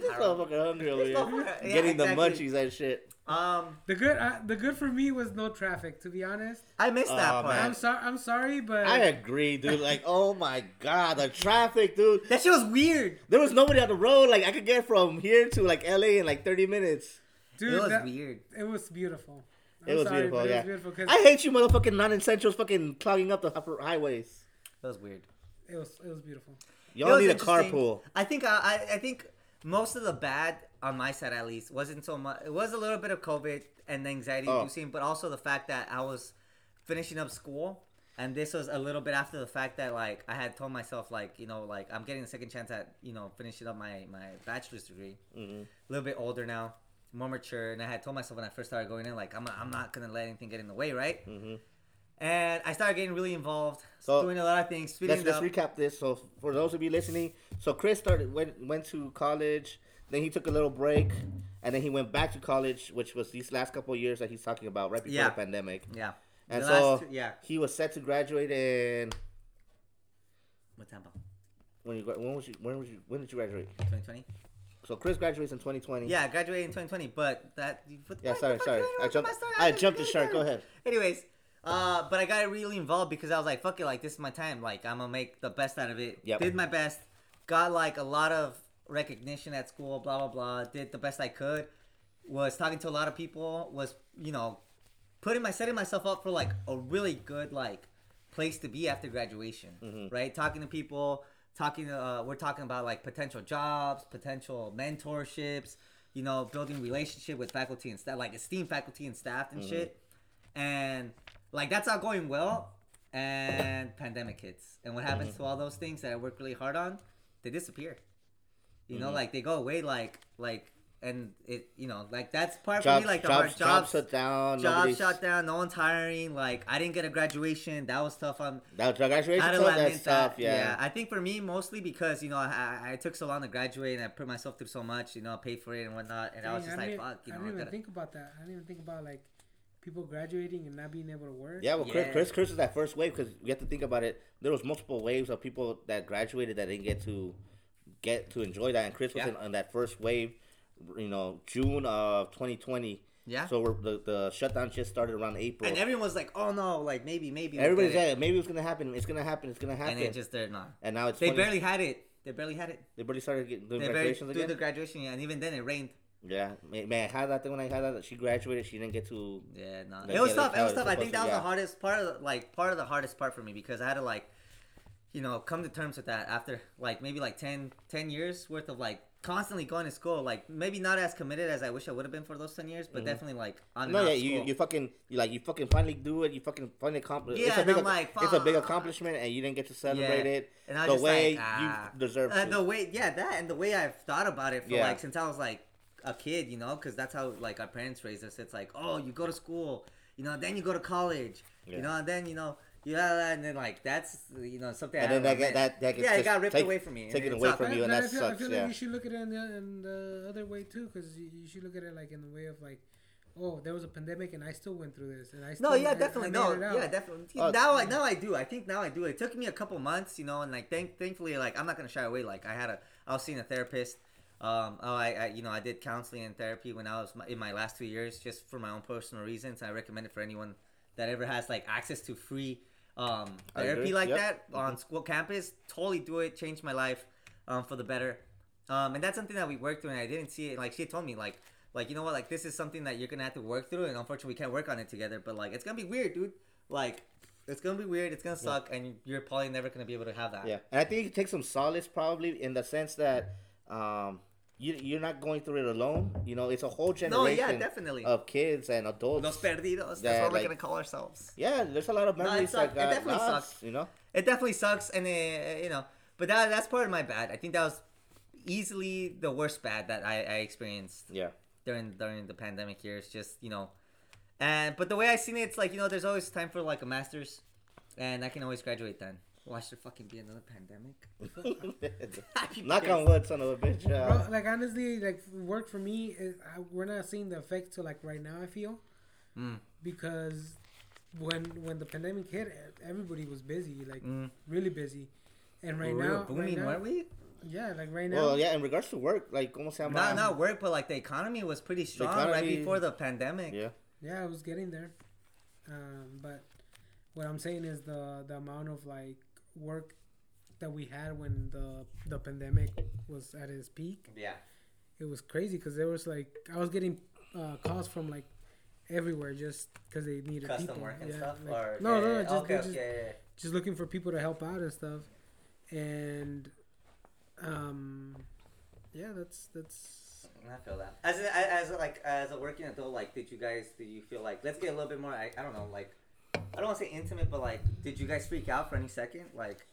[SPEAKER 1] This
[SPEAKER 3] horrible.
[SPEAKER 1] motherfucker hungry over here.
[SPEAKER 3] motherfucker- yeah,
[SPEAKER 1] Getting the
[SPEAKER 3] exactly.
[SPEAKER 1] munchies and shit.
[SPEAKER 3] Um,
[SPEAKER 2] The good uh, the good for me was no traffic. To be honest,
[SPEAKER 3] I missed
[SPEAKER 1] Oh,
[SPEAKER 3] that part.
[SPEAKER 1] man.
[SPEAKER 2] I'm sorry. I'm sorry, but
[SPEAKER 1] I agree, dude. Like, oh my god, the traffic, dude.
[SPEAKER 3] That shit was weird.
[SPEAKER 1] There was nobody on the road. Like, I could get from here to like LA in like 30 minutes.
[SPEAKER 2] dude,
[SPEAKER 3] it was
[SPEAKER 2] that-
[SPEAKER 3] weird.
[SPEAKER 2] It was beautiful. I'm
[SPEAKER 1] It was
[SPEAKER 2] sorry,
[SPEAKER 1] beautiful,
[SPEAKER 2] but
[SPEAKER 1] yeah.
[SPEAKER 2] It was beautiful 'cause
[SPEAKER 1] I hate you, motherfucking non-essentials, fucking clogging up the upper highways.
[SPEAKER 3] That was weird.
[SPEAKER 2] it was it was beautiful.
[SPEAKER 1] Y'all
[SPEAKER 3] It was
[SPEAKER 1] need a
[SPEAKER 3] interesting.
[SPEAKER 1] carpool.
[SPEAKER 3] I think I, I I think most of the bad on my side at least wasn't so much. It was a little bit of COVID and anxiety
[SPEAKER 1] Oh.
[SPEAKER 3] inducing, but also the fact that I was finishing up school, and this was a little bit after the fact that like I had told myself like you know like I'm getting a second chance at you know finishing up my my bachelor's degree.
[SPEAKER 1] Mm-hmm.
[SPEAKER 3] A little bit older now, more mature, and I had told myself when I first started going in like I'm I'm not gonna let anything get in the way, right? Mm-hmm. And I started getting really involved,
[SPEAKER 1] So,
[SPEAKER 3] doing a lot of things, speeding
[SPEAKER 1] Let's let's
[SPEAKER 3] it up.
[SPEAKER 1] recap this. So, for those of you listening, so Chris started went went to college. Then he took a little break, and then he went back to college, which was these last couple of years that he's talking about right before
[SPEAKER 3] Yeah.
[SPEAKER 1] the pandemic.
[SPEAKER 3] yeah.
[SPEAKER 1] And
[SPEAKER 3] The
[SPEAKER 1] so
[SPEAKER 3] last two- yeah.
[SPEAKER 1] he was set to graduate in
[SPEAKER 3] What time?
[SPEAKER 1] when you gra- when was you when was you when did you graduate?
[SPEAKER 3] 2020.
[SPEAKER 1] So Chris graduates in 2020.
[SPEAKER 3] Yeah, I graduated in 2020, but that. But
[SPEAKER 1] Hmm. Yeah,
[SPEAKER 3] what
[SPEAKER 1] sorry,
[SPEAKER 3] the fuck
[SPEAKER 1] sorry.
[SPEAKER 3] did
[SPEAKER 1] I
[SPEAKER 3] interrupt
[SPEAKER 1] jumped-
[SPEAKER 3] my story?
[SPEAKER 1] I
[SPEAKER 3] didn't
[SPEAKER 1] jumped
[SPEAKER 3] do
[SPEAKER 1] the shark. Go
[SPEAKER 3] anything.
[SPEAKER 1] ahead.
[SPEAKER 3] Anyways, uh, but I got really involved because I was like, "Fuck it, like this is my time. Like I'm gonna make the best out of it."
[SPEAKER 1] Yep.
[SPEAKER 3] Did my best. Got like a lot of recognition at school. Blah blah blah. Did the best I could. Was talking to a lot of people. Was you know, putting my setting myself up for like a really good like place to be after graduation.
[SPEAKER 1] Mm-hmm.
[SPEAKER 3] Right. Talking to people. Talking. To, uh, we're talking about like potential jobs, potential mentorships. You know, building relationship with faculty and staff, like esteemed faculty and staff
[SPEAKER 1] Mm-hmm.
[SPEAKER 3] and shit and like that's all going well and pandemic hits and what happens
[SPEAKER 1] Mm-hmm.
[SPEAKER 3] to all those things that i worked really hard on they disappear you
[SPEAKER 1] Mm-hmm.
[SPEAKER 3] know like they go away like like and it you know like that's part
[SPEAKER 1] Jobs,
[SPEAKER 3] for me like the
[SPEAKER 1] jobs,
[SPEAKER 3] hard jobs
[SPEAKER 1] shut down.
[SPEAKER 3] jobs
[SPEAKER 1] nobody's-
[SPEAKER 3] shut down no one's hiring like i didn't get a graduation that was tough on
[SPEAKER 1] That job graduation
[SPEAKER 3] how do
[SPEAKER 1] stuff,
[SPEAKER 3] I
[SPEAKER 1] that's
[SPEAKER 3] mint that?
[SPEAKER 1] tough. Yeah.
[SPEAKER 3] I think for me mostly because you know I, I- I took so long to graduate and I put myself through so much, you know, I paid for it and whatnot, and I was
[SPEAKER 2] Dang,
[SPEAKER 3] just
[SPEAKER 2] didn't
[SPEAKER 3] like,
[SPEAKER 2] even-
[SPEAKER 3] fuck, you
[SPEAKER 2] I didn't
[SPEAKER 3] know, I
[SPEAKER 2] even
[SPEAKER 3] gotta-
[SPEAKER 2] think about that. I didn't even think about like people graduating and not being able to work.
[SPEAKER 1] Yeah, well, Chris,
[SPEAKER 3] Yeah.
[SPEAKER 1] Chris, Chris is that first wave because you have to think about it. There was multiple waves of people that graduated that didn't get to get to enjoy that, and Chris was
[SPEAKER 3] Yeah.
[SPEAKER 1] in, on that first wave. You know, June of 2020.
[SPEAKER 3] Yeah.
[SPEAKER 1] So we're, the the shutdown just started around April.
[SPEAKER 3] and everyone was like, oh no, like maybe, maybe we'll
[SPEAKER 1] Everybody's
[SPEAKER 3] get it.
[SPEAKER 1] like, maybe it's gonna happen. It's gonna happen. It's gonna happen.
[SPEAKER 3] and it just they're not.
[SPEAKER 1] And now it's
[SPEAKER 3] They
[SPEAKER 1] 20
[SPEAKER 3] barely had it. They barely had it.
[SPEAKER 1] they barely started getting doing
[SPEAKER 3] They barely
[SPEAKER 1] graduations
[SPEAKER 3] through
[SPEAKER 1] again.
[SPEAKER 3] the graduation, yeah, and even then it rained.
[SPEAKER 1] Yeah, man, man, I had that thing when I had that. She graduated. She didn't get to.
[SPEAKER 3] Yeah, no,
[SPEAKER 1] Like,
[SPEAKER 3] it was
[SPEAKER 1] yeah,
[SPEAKER 3] tough.
[SPEAKER 1] that's
[SPEAKER 3] It
[SPEAKER 1] how
[SPEAKER 3] was
[SPEAKER 1] it's
[SPEAKER 3] tough. I
[SPEAKER 1] supposed
[SPEAKER 3] think
[SPEAKER 1] to-
[SPEAKER 3] that was
[SPEAKER 1] yeah.
[SPEAKER 3] the hardest part of the, like part of the hardest part for me because I had to like, you know, come to terms with that after like maybe like 10, 10 years worth of like constantly going to school. Like maybe not as committed as I wish I would have been for those ten years, but definitely like on
[SPEAKER 1] Mm-hmm. No,
[SPEAKER 3] and
[SPEAKER 1] yeah,
[SPEAKER 3] off
[SPEAKER 1] you,
[SPEAKER 3] school.
[SPEAKER 1] you fucking you like you fucking finally do it. You fucking finally accomplish.
[SPEAKER 3] Yeah,
[SPEAKER 1] it's a
[SPEAKER 3] and
[SPEAKER 1] big,
[SPEAKER 3] I'm like,
[SPEAKER 1] it's a big
[SPEAKER 3] "Fuck."
[SPEAKER 1] accomplishment, and you didn't get to celebrate
[SPEAKER 3] Yeah.
[SPEAKER 1] it
[SPEAKER 3] and I was
[SPEAKER 1] the
[SPEAKER 3] just
[SPEAKER 1] way
[SPEAKER 3] like, ah.
[SPEAKER 1] you deserve
[SPEAKER 3] Uh,
[SPEAKER 1] to.
[SPEAKER 3] the way, yeah, that and the way I've thought about it for
[SPEAKER 1] Yeah.
[SPEAKER 3] like since I was like a kid, you know, because that's how like our parents raised us. It's like, oh, you go to school, you know, then you go to college,
[SPEAKER 1] Yeah.
[SPEAKER 3] you know, and then you know, yeah, and then like that's you know something.
[SPEAKER 1] And
[SPEAKER 3] I
[SPEAKER 1] then that get-
[SPEAKER 3] lament.
[SPEAKER 1] that- that gets
[SPEAKER 3] yeah,
[SPEAKER 1] just
[SPEAKER 3] it got ripped
[SPEAKER 1] take-
[SPEAKER 3] away from me. and
[SPEAKER 1] taken
[SPEAKER 3] it
[SPEAKER 1] away
[SPEAKER 3] sucked.
[SPEAKER 1] from you, and
[SPEAKER 2] But
[SPEAKER 1] that
[SPEAKER 2] I feel, I
[SPEAKER 1] sucks,
[SPEAKER 2] feel
[SPEAKER 1] yeah.
[SPEAKER 2] like you should look at it in the, in the other way too, because you, you should look at it like in the way of like, oh, there was a pandemic and I still went through this, and I still
[SPEAKER 3] No, yeah,
[SPEAKER 2] I- I
[SPEAKER 3] definitely.
[SPEAKER 2] made
[SPEAKER 3] No,
[SPEAKER 2] it out.
[SPEAKER 3] yeah, definitely.
[SPEAKER 1] Uh,
[SPEAKER 3] now I now I do. I think now I do. It took me a couple months, you know, and like thank thankfully, like I'm not gonna shy away. Like I had a, I was seeing a therapist. Um, oh, I, I you know I did counseling and therapy when I was my, in my last two years, just for my own personal reasons. I recommend it for anyone that ever has like access to free um
[SPEAKER 1] I agree.
[SPEAKER 3] therapy like
[SPEAKER 1] Yep.
[SPEAKER 3] that on school campus. Totally do it. Changed my life um, for the better. Um, and that's something that we worked through, and I didn't see it. Like she told me, like, like you know what, like this is something that you're gonna have to work through, and unfortunately we can't work on it together. But like, it's gonna be weird, dude. Like, it's gonna be weird. It's gonna suck, and you're probably never gonna be able to have that.
[SPEAKER 1] Yeah, and I think you can take some solace probably in the sense that um, you you're not going through it alone. You know, it's a whole
[SPEAKER 3] No, yeah,
[SPEAKER 1] generation
[SPEAKER 3] definitely.
[SPEAKER 1] of kids and adults.
[SPEAKER 3] Los perdidos. That's
[SPEAKER 1] Yeah,
[SPEAKER 3] what we're
[SPEAKER 1] like-
[SPEAKER 3] gonna call ourselves.
[SPEAKER 1] yeah, there's a lot of memories
[SPEAKER 3] sucked.
[SPEAKER 1] like
[SPEAKER 3] It
[SPEAKER 1] that.
[SPEAKER 3] definitely
[SPEAKER 1] lost,
[SPEAKER 3] sucked.
[SPEAKER 1] You know,
[SPEAKER 3] It definitely sucks, and uh you know, but that that's part of my bad. I think that was easily the worst bad that I, I experienced.
[SPEAKER 1] yeah,
[SPEAKER 3] during during the pandemic years just you know and but the way i seen it it's like you know there's always time for like a master's and i can always graduate then why should fucking be another pandemic I'd be
[SPEAKER 1] knock on
[SPEAKER 3] pissed.
[SPEAKER 1] wood, son of a bitch.
[SPEAKER 2] Bro,
[SPEAKER 1] Uh,
[SPEAKER 2] like honestly, like work for me, is, I, we're not seeing the effect till like right now. I feel
[SPEAKER 1] Mm.
[SPEAKER 2] because when when the pandemic hit, everybody was busy, like really busy, and right
[SPEAKER 3] we were
[SPEAKER 2] now, right
[SPEAKER 3] Mm. booming
[SPEAKER 2] now-
[SPEAKER 3] weren't we
[SPEAKER 2] yeah, like right now,
[SPEAKER 1] well, yeah, in regards to work, like, como se llama?
[SPEAKER 3] not not work but like the economy was pretty strong right
[SPEAKER 1] economy-
[SPEAKER 3] before the pandemic
[SPEAKER 1] Yeah,
[SPEAKER 2] Yeah, I was getting there, um, but what I'm saying is the the amount of like work that we had when the the pandemic was at its peak,
[SPEAKER 3] yeah
[SPEAKER 2] it was crazy because there was like I was getting uh, calls from like everywhere just because they needed
[SPEAKER 3] custom
[SPEAKER 2] people.
[SPEAKER 3] work and
[SPEAKER 2] yeah,
[SPEAKER 3] stuff
[SPEAKER 2] like-
[SPEAKER 3] or
[SPEAKER 2] no,
[SPEAKER 3] yeah,
[SPEAKER 2] no,
[SPEAKER 3] yeah,
[SPEAKER 2] no, just,
[SPEAKER 3] okay,
[SPEAKER 2] just
[SPEAKER 3] okay, yeah, yeah.
[SPEAKER 2] just looking for people to help out and stuff, and um, yeah, that's that's
[SPEAKER 3] I feel that. As a, as a, like as a working adult, like did you guys did you feel like let's get a little bit more? I, I don't know, like I don't want to say intimate, but like did you guys freak out for any second? Like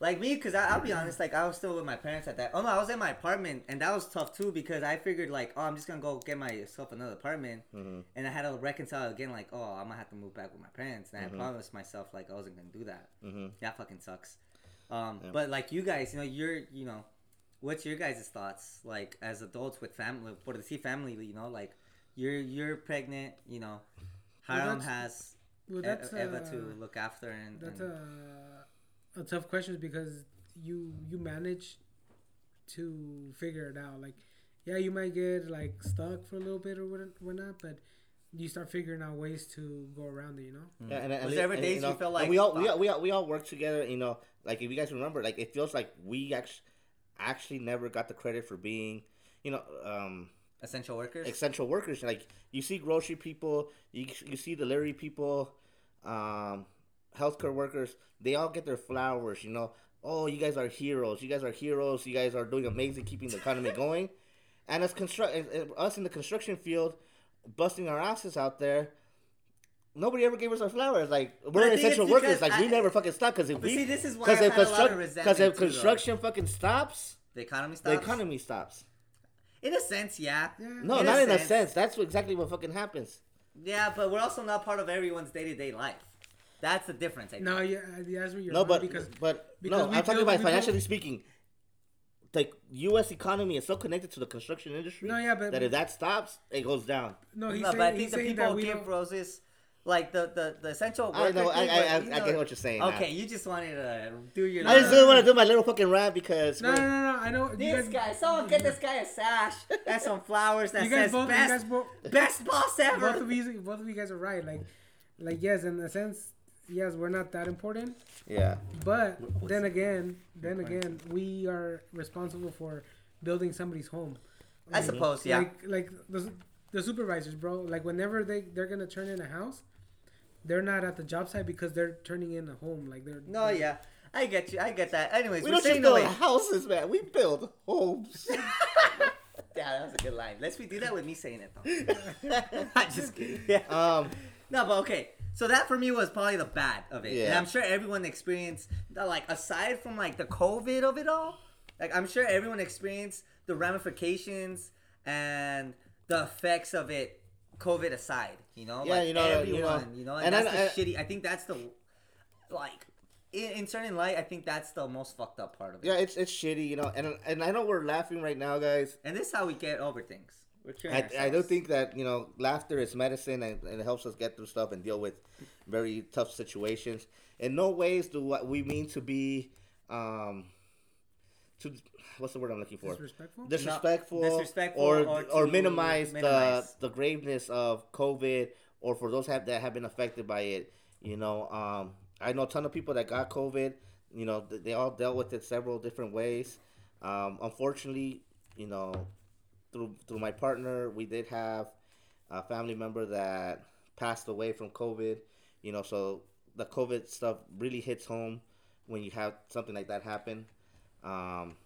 [SPEAKER 3] like me, cause I, I'll be honest, like I was still with my parents at that. Oh no, I was in my apartment, and that was tough too because I figured like oh I'm just gonna go get myself another apartment, and I had to reconcile again like oh I'm gonna have to move back with my parents, and I promised myself like I wasn't gonna do that. Mm-hmm. That fucking sucks. Um, but like you guys, you know you're you know what's your guys' thoughts like as adults with family for the C family you know like you're you're pregnant you know Hiram
[SPEAKER 2] that's-
[SPEAKER 3] has
[SPEAKER 2] well,
[SPEAKER 3] E-
[SPEAKER 2] that's
[SPEAKER 3] Eva
[SPEAKER 2] uh,
[SPEAKER 3] to look after and,
[SPEAKER 2] That's uh,
[SPEAKER 3] and-
[SPEAKER 2] a, a tough question because you you manage to figure it out. Like, yeah, you might get like stuck for a little bit or what- whatnot, but you start figuring out ways to go around it. You know,
[SPEAKER 1] Yeah, and, and,
[SPEAKER 3] Mm. Was there ever
[SPEAKER 1] and,
[SPEAKER 3] days
[SPEAKER 1] know,
[SPEAKER 3] you felt
[SPEAKER 1] and
[SPEAKER 3] like,
[SPEAKER 1] we all, we
[SPEAKER 3] fuck?
[SPEAKER 1] all we all we all work together? You know, like if you guys remember, like it feels like we actually actually never got the credit for being, you know, um,
[SPEAKER 3] essential workers
[SPEAKER 1] essential workers. Like you see grocery people, you you see delivery people, um, healthcare workers. They all get their flowers. You know, oh, you guys are heroes. You guys are heroes. You guys are doing amazing, keeping the economy going. And us construct and- and us in the construction field, busting our asses out there. Nobody ever gave us our flowers. Like
[SPEAKER 3] I
[SPEAKER 1] we're
[SPEAKER 3] think it's
[SPEAKER 1] essential workers.
[SPEAKER 3] because
[SPEAKER 1] Like we
[SPEAKER 3] I-
[SPEAKER 1] never fucking stopped because if
[SPEAKER 3] But
[SPEAKER 1] we
[SPEAKER 3] see, this is why
[SPEAKER 1] because
[SPEAKER 3] I've
[SPEAKER 1] if,
[SPEAKER 3] had a lot of
[SPEAKER 1] construct- 'cause
[SPEAKER 3] resentment
[SPEAKER 1] if
[SPEAKER 3] too, though.
[SPEAKER 1] construction fucking stops,
[SPEAKER 3] the economy
[SPEAKER 1] the
[SPEAKER 3] stops
[SPEAKER 1] economy stops.
[SPEAKER 3] in a sense yeah
[SPEAKER 1] No,
[SPEAKER 3] In a
[SPEAKER 1] not in a
[SPEAKER 3] sense.
[SPEAKER 1] sense. That's exactly what fucking happens.
[SPEAKER 3] yeah but we're also not part of everyone's day to day life that's the difference I think.
[SPEAKER 2] no, yeah, uh, that's where you're
[SPEAKER 1] No,
[SPEAKER 2] wrong
[SPEAKER 1] but
[SPEAKER 2] because
[SPEAKER 1] but
[SPEAKER 2] because
[SPEAKER 1] no,
[SPEAKER 2] we
[SPEAKER 1] I'm talking
[SPEAKER 2] build-
[SPEAKER 1] about
[SPEAKER 2] we
[SPEAKER 1] financially
[SPEAKER 2] build-
[SPEAKER 1] speaking. The U.S. economy is so connected to the construction industry
[SPEAKER 2] No, yeah, but-
[SPEAKER 1] that if that stops, it goes down.
[SPEAKER 2] no, he's
[SPEAKER 3] no,
[SPEAKER 2] saying,
[SPEAKER 3] but I
[SPEAKER 2] he's
[SPEAKER 3] think the
[SPEAKER 2] saying
[SPEAKER 3] people
[SPEAKER 2] that
[SPEAKER 3] who
[SPEAKER 2] we
[SPEAKER 3] give
[SPEAKER 2] don't-
[SPEAKER 3] roses, like the the, the essential
[SPEAKER 1] I
[SPEAKER 3] worker
[SPEAKER 1] know, I- I-
[SPEAKER 3] thing, but,
[SPEAKER 1] I-
[SPEAKER 3] you
[SPEAKER 1] I get
[SPEAKER 3] know-
[SPEAKER 1] what you're saying now.
[SPEAKER 3] Okay, you just wanted to do your.
[SPEAKER 1] I just didn't want to do my little fucking rant because
[SPEAKER 2] no, no,
[SPEAKER 1] we're-
[SPEAKER 2] no, no, I know you
[SPEAKER 3] This
[SPEAKER 2] guys.
[SPEAKER 3] guy, someone get this guy a sash. That's some flowers that
[SPEAKER 2] You guys
[SPEAKER 3] says
[SPEAKER 2] both- you
[SPEAKER 3] best,
[SPEAKER 2] guys both-
[SPEAKER 3] best boss ever.
[SPEAKER 2] both of you, both of you guys are right. Like, like yes, in a sense, yes, we're not that important.
[SPEAKER 1] yeah,
[SPEAKER 2] But then again, then again, we are responsible for building somebody's home.
[SPEAKER 3] I
[SPEAKER 1] Oh,
[SPEAKER 3] suppose, yeah.
[SPEAKER 2] Like like the, su- the supervisors, bro. Like whenever they they're gonna turn in a house, they're not at the job site because they're turning in a home. Like they're
[SPEAKER 3] no, yeah. I get you. I get that. Anyways,
[SPEAKER 1] We
[SPEAKER 3] we're
[SPEAKER 1] don't just
[SPEAKER 3] staying
[SPEAKER 1] build
[SPEAKER 3] away.
[SPEAKER 1] houses, man. We build homes.
[SPEAKER 3] Yeah, that was a good line. Let's we do that with me saying it though. I'm just kidding. Yeah.
[SPEAKER 1] um,
[SPEAKER 3] No, but okay. So that for me was probably the bad of it, and
[SPEAKER 1] Yeah.
[SPEAKER 3] I'm sure everyone experienced the, like aside from like the COVID of it all. Like I'm sure everyone experienced the ramifications and the effects of it. COVID aside, you know,
[SPEAKER 1] Yeah,
[SPEAKER 3] like
[SPEAKER 1] you know, you know.
[SPEAKER 3] everyone, you know,
[SPEAKER 1] And
[SPEAKER 3] and,
[SPEAKER 1] I-
[SPEAKER 3] that's the shitty. I think that's the like in, in certain light. I think that's the most fucked up part of it.
[SPEAKER 1] yeah, it's it's shitty, you know. And and I know we're laughing right now, guys.
[SPEAKER 3] And this is how we get over things. We're curing
[SPEAKER 1] I, I do
[SPEAKER 3] ourselves.
[SPEAKER 1] think that you know laughter is medicine and, and it helps us get through stuff and deal with very tough situations. In no ways do what we mean to be, um, to what's the word I'm looking for?
[SPEAKER 2] Disrespectful?
[SPEAKER 1] Disrespectful,
[SPEAKER 3] No, disrespectful
[SPEAKER 1] or
[SPEAKER 3] or
[SPEAKER 1] or,
[SPEAKER 3] to
[SPEAKER 1] minimize,
[SPEAKER 3] minimize.
[SPEAKER 1] the the graveness of COVID, or for those have, that have been affected by it. You know, um, I know a ton of people that got COVID. You know, th- they all dealt with it several different ways. Um, unfortunately, you know, through through my partner, we did have a family member that passed away from COVID. You know, so the COVID stuff really hits home when you have something like that happen. Um,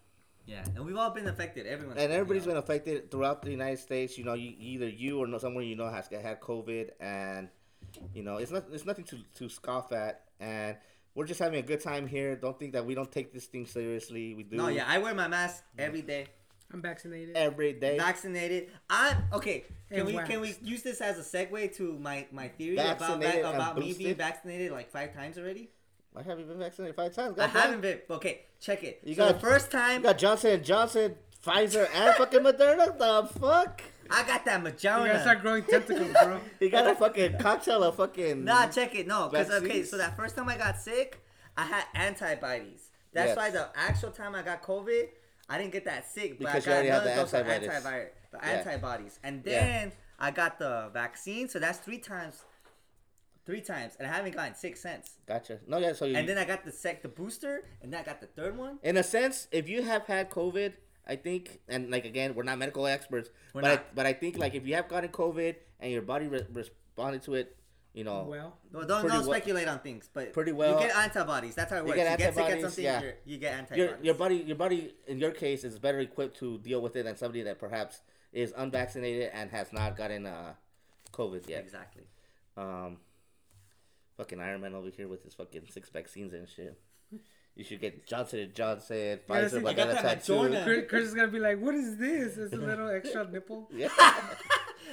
[SPEAKER 3] Yeah, and we've all been affected. Everyone.
[SPEAKER 1] and everybody's
[SPEAKER 3] everybody's
[SPEAKER 1] been affected throughout the United States. You know, you, either you or no, someone you know has had COVID, and you know it's not it's nothing to, to scoff at. And we're just having a good time here. Don't think that we don't take this thing seriously. We do.
[SPEAKER 3] No, yeah, I wear my mask every day.
[SPEAKER 2] I'm vaccinated.
[SPEAKER 1] Every day.
[SPEAKER 3] Vaccinated. I okay. Can
[SPEAKER 2] And
[SPEAKER 3] we can we
[SPEAKER 2] waxed.
[SPEAKER 3] use this as a segue to my my theory
[SPEAKER 1] Vaccinated
[SPEAKER 3] about
[SPEAKER 1] and
[SPEAKER 3] about me
[SPEAKER 1] boosted?
[SPEAKER 3] being vaccinated like five times already?
[SPEAKER 1] I haven't been vaccinated five times.
[SPEAKER 3] I
[SPEAKER 1] God damn.
[SPEAKER 3] haven't been. Okay, check it.
[SPEAKER 1] You
[SPEAKER 3] so the
[SPEAKER 1] got-
[SPEAKER 3] first
[SPEAKER 1] You
[SPEAKER 3] time
[SPEAKER 1] got Johnson and Johnson, Pfizer, and fucking Moderna. The fuck.
[SPEAKER 3] I got that
[SPEAKER 2] You gotta
[SPEAKER 3] Moderna.
[SPEAKER 2] start growing tentacles, bro.
[SPEAKER 1] You got a fucking cocktail of fucking.
[SPEAKER 3] Nah, check it. No, because okay,
[SPEAKER 1] Mm-hmm. Vaccines.
[SPEAKER 3] so that first time I got sick, I had antibodies. That's
[SPEAKER 1] Yes.
[SPEAKER 3] why the actual time I got COVID, I didn't get that sick, but
[SPEAKER 1] Because you
[SPEAKER 3] I got
[SPEAKER 1] already had
[SPEAKER 3] another
[SPEAKER 1] the
[SPEAKER 3] dose of
[SPEAKER 1] antibodies.
[SPEAKER 3] antivi- the
[SPEAKER 1] Yeah.
[SPEAKER 3] antibodies, and
[SPEAKER 1] Yeah.
[SPEAKER 3] then I got the vaccine. So that's three times, three times, and I haven't gotten sick since.
[SPEAKER 1] Gotcha. No, yeah. So you,
[SPEAKER 3] And then I got the sec, the booster, and then I got the third one.
[SPEAKER 1] in a sense, if you have had COVID, I think, and like again, we're not medical experts,
[SPEAKER 3] We're
[SPEAKER 1] but I,
[SPEAKER 3] not.
[SPEAKER 1] but I think like if you have gotten COVID and your body re- responded to it, you know,
[SPEAKER 2] Well,
[SPEAKER 3] Well, don't,
[SPEAKER 1] Pretty
[SPEAKER 3] don't
[SPEAKER 1] well-
[SPEAKER 3] speculate on things, but
[SPEAKER 1] pretty well.
[SPEAKER 3] you get antibodies. That's how it works. You
[SPEAKER 1] get
[SPEAKER 3] get, sick at
[SPEAKER 1] antibodies,
[SPEAKER 3] something,
[SPEAKER 1] yeah.
[SPEAKER 3] you're, you get antibodies.
[SPEAKER 1] your your body your body in your case is better equipped to deal with it than somebody that perhaps is unvaccinated and has not gotten uh COVID yet.
[SPEAKER 3] exactly.
[SPEAKER 1] Um, fucking Iron Man over here with his fucking six vaccines and shit. You should get Johnson and Johnson,
[SPEAKER 2] that's
[SPEAKER 1] Pfizer,
[SPEAKER 2] it. You
[SPEAKER 3] got
[SPEAKER 1] Moderna,
[SPEAKER 3] that
[SPEAKER 1] tattoo.
[SPEAKER 3] Moderna.
[SPEAKER 2] Chris, Chris is gonna be like, "What is this? It's a little extra nipple."
[SPEAKER 1] Yeah.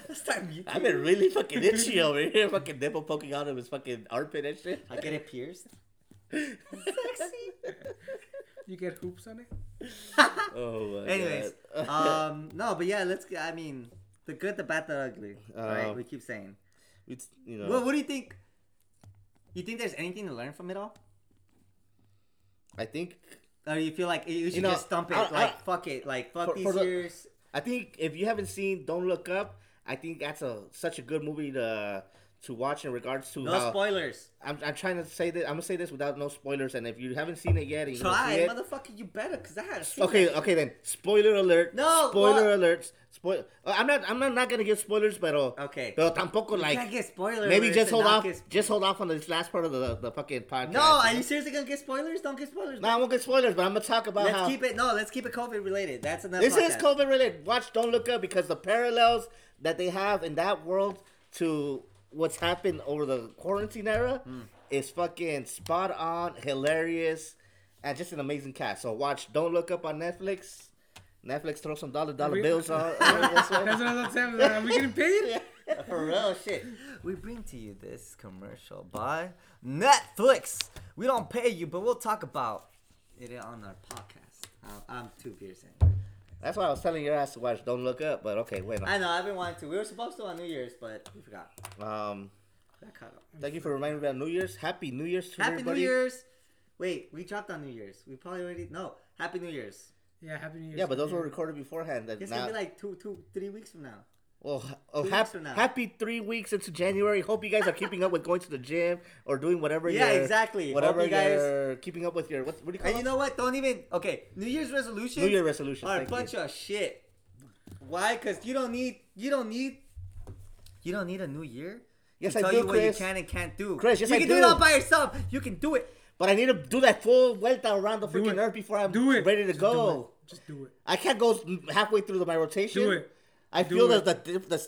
[SPEAKER 3] Let's start muting.
[SPEAKER 1] I've been really fucking itchy over here, fucking nipple poking out of his fucking armpit and shit.
[SPEAKER 3] I get it pierced.
[SPEAKER 2] You get hoops on it.
[SPEAKER 1] Oh my
[SPEAKER 3] Anyways,
[SPEAKER 1] God.
[SPEAKER 3] um, no, but yeah, let's. g- I mean, the good, the bad, the ugly.
[SPEAKER 1] Uh,
[SPEAKER 3] right? We keep saying.
[SPEAKER 1] it's you know,
[SPEAKER 3] Well, what do you think? You think there's anything to learn from it all,
[SPEAKER 1] I think
[SPEAKER 3] or you feel like you should
[SPEAKER 1] know,
[SPEAKER 3] just dump it?
[SPEAKER 1] I- I-
[SPEAKER 3] like fuck it. Like fuck
[SPEAKER 1] For-
[SPEAKER 3] these
[SPEAKER 1] for the-
[SPEAKER 3] years.
[SPEAKER 1] I think if you haven't seen Don't Look Up, I think that's a such a good movie to to watch in regards to
[SPEAKER 3] No
[SPEAKER 1] how
[SPEAKER 3] spoilers.
[SPEAKER 1] I'm, I'm trying to say this. I'm gonna say this without no spoilers, and if you haven't seen it yet, and you don't see
[SPEAKER 3] Try,
[SPEAKER 1] it,
[SPEAKER 3] motherfucker. You better, cause I had. to see
[SPEAKER 1] Okay,
[SPEAKER 3] that.
[SPEAKER 1] okay then. Spoiler alert.
[SPEAKER 3] No,
[SPEAKER 1] Spoiler
[SPEAKER 3] what?
[SPEAKER 1] alerts. Spoil. uh, I'm not. I'm not, not gonna give spoilers, but
[SPEAKER 3] Okay.
[SPEAKER 1] Pero tampoco
[SPEAKER 3] You
[SPEAKER 1] uh, like.
[SPEAKER 3] can't get spoilers.
[SPEAKER 1] Maybe just
[SPEAKER 3] and
[SPEAKER 1] hold
[SPEAKER 3] not
[SPEAKER 1] off.
[SPEAKER 3] get spo-
[SPEAKER 1] Just hold off on this last part of the, the fucking podcast.
[SPEAKER 3] No, are you seriously gonna get spoilers? Don't get spoilers.
[SPEAKER 1] No, I won't get spoilers, but I'm gonna talk about
[SPEAKER 3] let's
[SPEAKER 1] how
[SPEAKER 3] keep it. No, let's keep it COVID related. That's enough.
[SPEAKER 1] this is
[SPEAKER 3] podcast.
[SPEAKER 1] COVID related. Watch, don't look up because the parallels that they have in that world to what's happened over the quarantine era
[SPEAKER 3] Hmm.
[SPEAKER 1] is fucking spot on, hilarious, and just an amazing cast. So watch, don't look up on Netflix. Netflix throw some dollar dollar
[SPEAKER 2] We-
[SPEAKER 1] bills uh, on. that's right.
[SPEAKER 2] That's what I'm saying. Like, are we getting paid?
[SPEAKER 3] For real shit. We bring to you this commercial by Netflix. We don't pay you, but we'll talk about it on our podcast. Um, I'm two beers in.
[SPEAKER 1] That's why I was telling your ass to watch. Don't look up, but okay, wait.
[SPEAKER 3] I know, I've been wanting to. We were supposed to on New Year's, but we forgot.
[SPEAKER 1] Um,
[SPEAKER 3] That caught up.
[SPEAKER 1] thank you for reminding me about New Year's. Happy New Year's to
[SPEAKER 3] Happy
[SPEAKER 1] everybody.
[SPEAKER 3] New Year's. Wait, we dropped on New Year's. We probably already no. Happy New Year's.
[SPEAKER 2] Yeah, happy New Year.
[SPEAKER 1] Yeah, but those were recorded beforehand. And
[SPEAKER 3] It's
[SPEAKER 1] now,
[SPEAKER 3] gonna be like two, two, three weeks from now.
[SPEAKER 1] Well, h- oh,
[SPEAKER 3] Two
[SPEAKER 1] hap-
[SPEAKER 3] weeks from now.
[SPEAKER 1] happy three weeks into January. Hope you guys are keeping up with going to the gym or doing whatever.
[SPEAKER 3] Yeah,
[SPEAKER 1] you're,
[SPEAKER 3] exactly. Hope
[SPEAKER 1] Whatever
[SPEAKER 3] you guys-
[SPEAKER 1] you're keeping up with your what, what do you call
[SPEAKER 3] And
[SPEAKER 1] it?
[SPEAKER 3] you know what? Don't even. Okay, New Year's resolution.
[SPEAKER 1] New Year resolution.
[SPEAKER 3] are a
[SPEAKER 1] thank
[SPEAKER 3] bunch
[SPEAKER 1] you.
[SPEAKER 3] of shit. Why? Because you don't need. You don't need. You don't need a new year.
[SPEAKER 1] Yes,
[SPEAKER 3] to
[SPEAKER 1] I
[SPEAKER 3] tell
[SPEAKER 1] do,
[SPEAKER 3] you what you
[SPEAKER 1] Chris.
[SPEAKER 3] can and can't do.
[SPEAKER 1] Chris, yes,
[SPEAKER 3] you
[SPEAKER 1] I
[SPEAKER 3] can do. it
[SPEAKER 1] do.
[SPEAKER 3] all by yourself. You can do it.
[SPEAKER 1] But I need to do that full vuelta around the
[SPEAKER 2] Do
[SPEAKER 1] freaking
[SPEAKER 2] it.
[SPEAKER 1] earth before I'm
[SPEAKER 2] Do it.
[SPEAKER 1] ready to
[SPEAKER 2] Just do
[SPEAKER 1] go.
[SPEAKER 2] it. Just do it.
[SPEAKER 1] I can't go halfway through my rotation.
[SPEAKER 2] Do it.
[SPEAKER 1] I
[SPEAKER 2] Do
[SPEAKER 1] feel
[SPEAKER 2] it.
[SPEAKER 1] that the the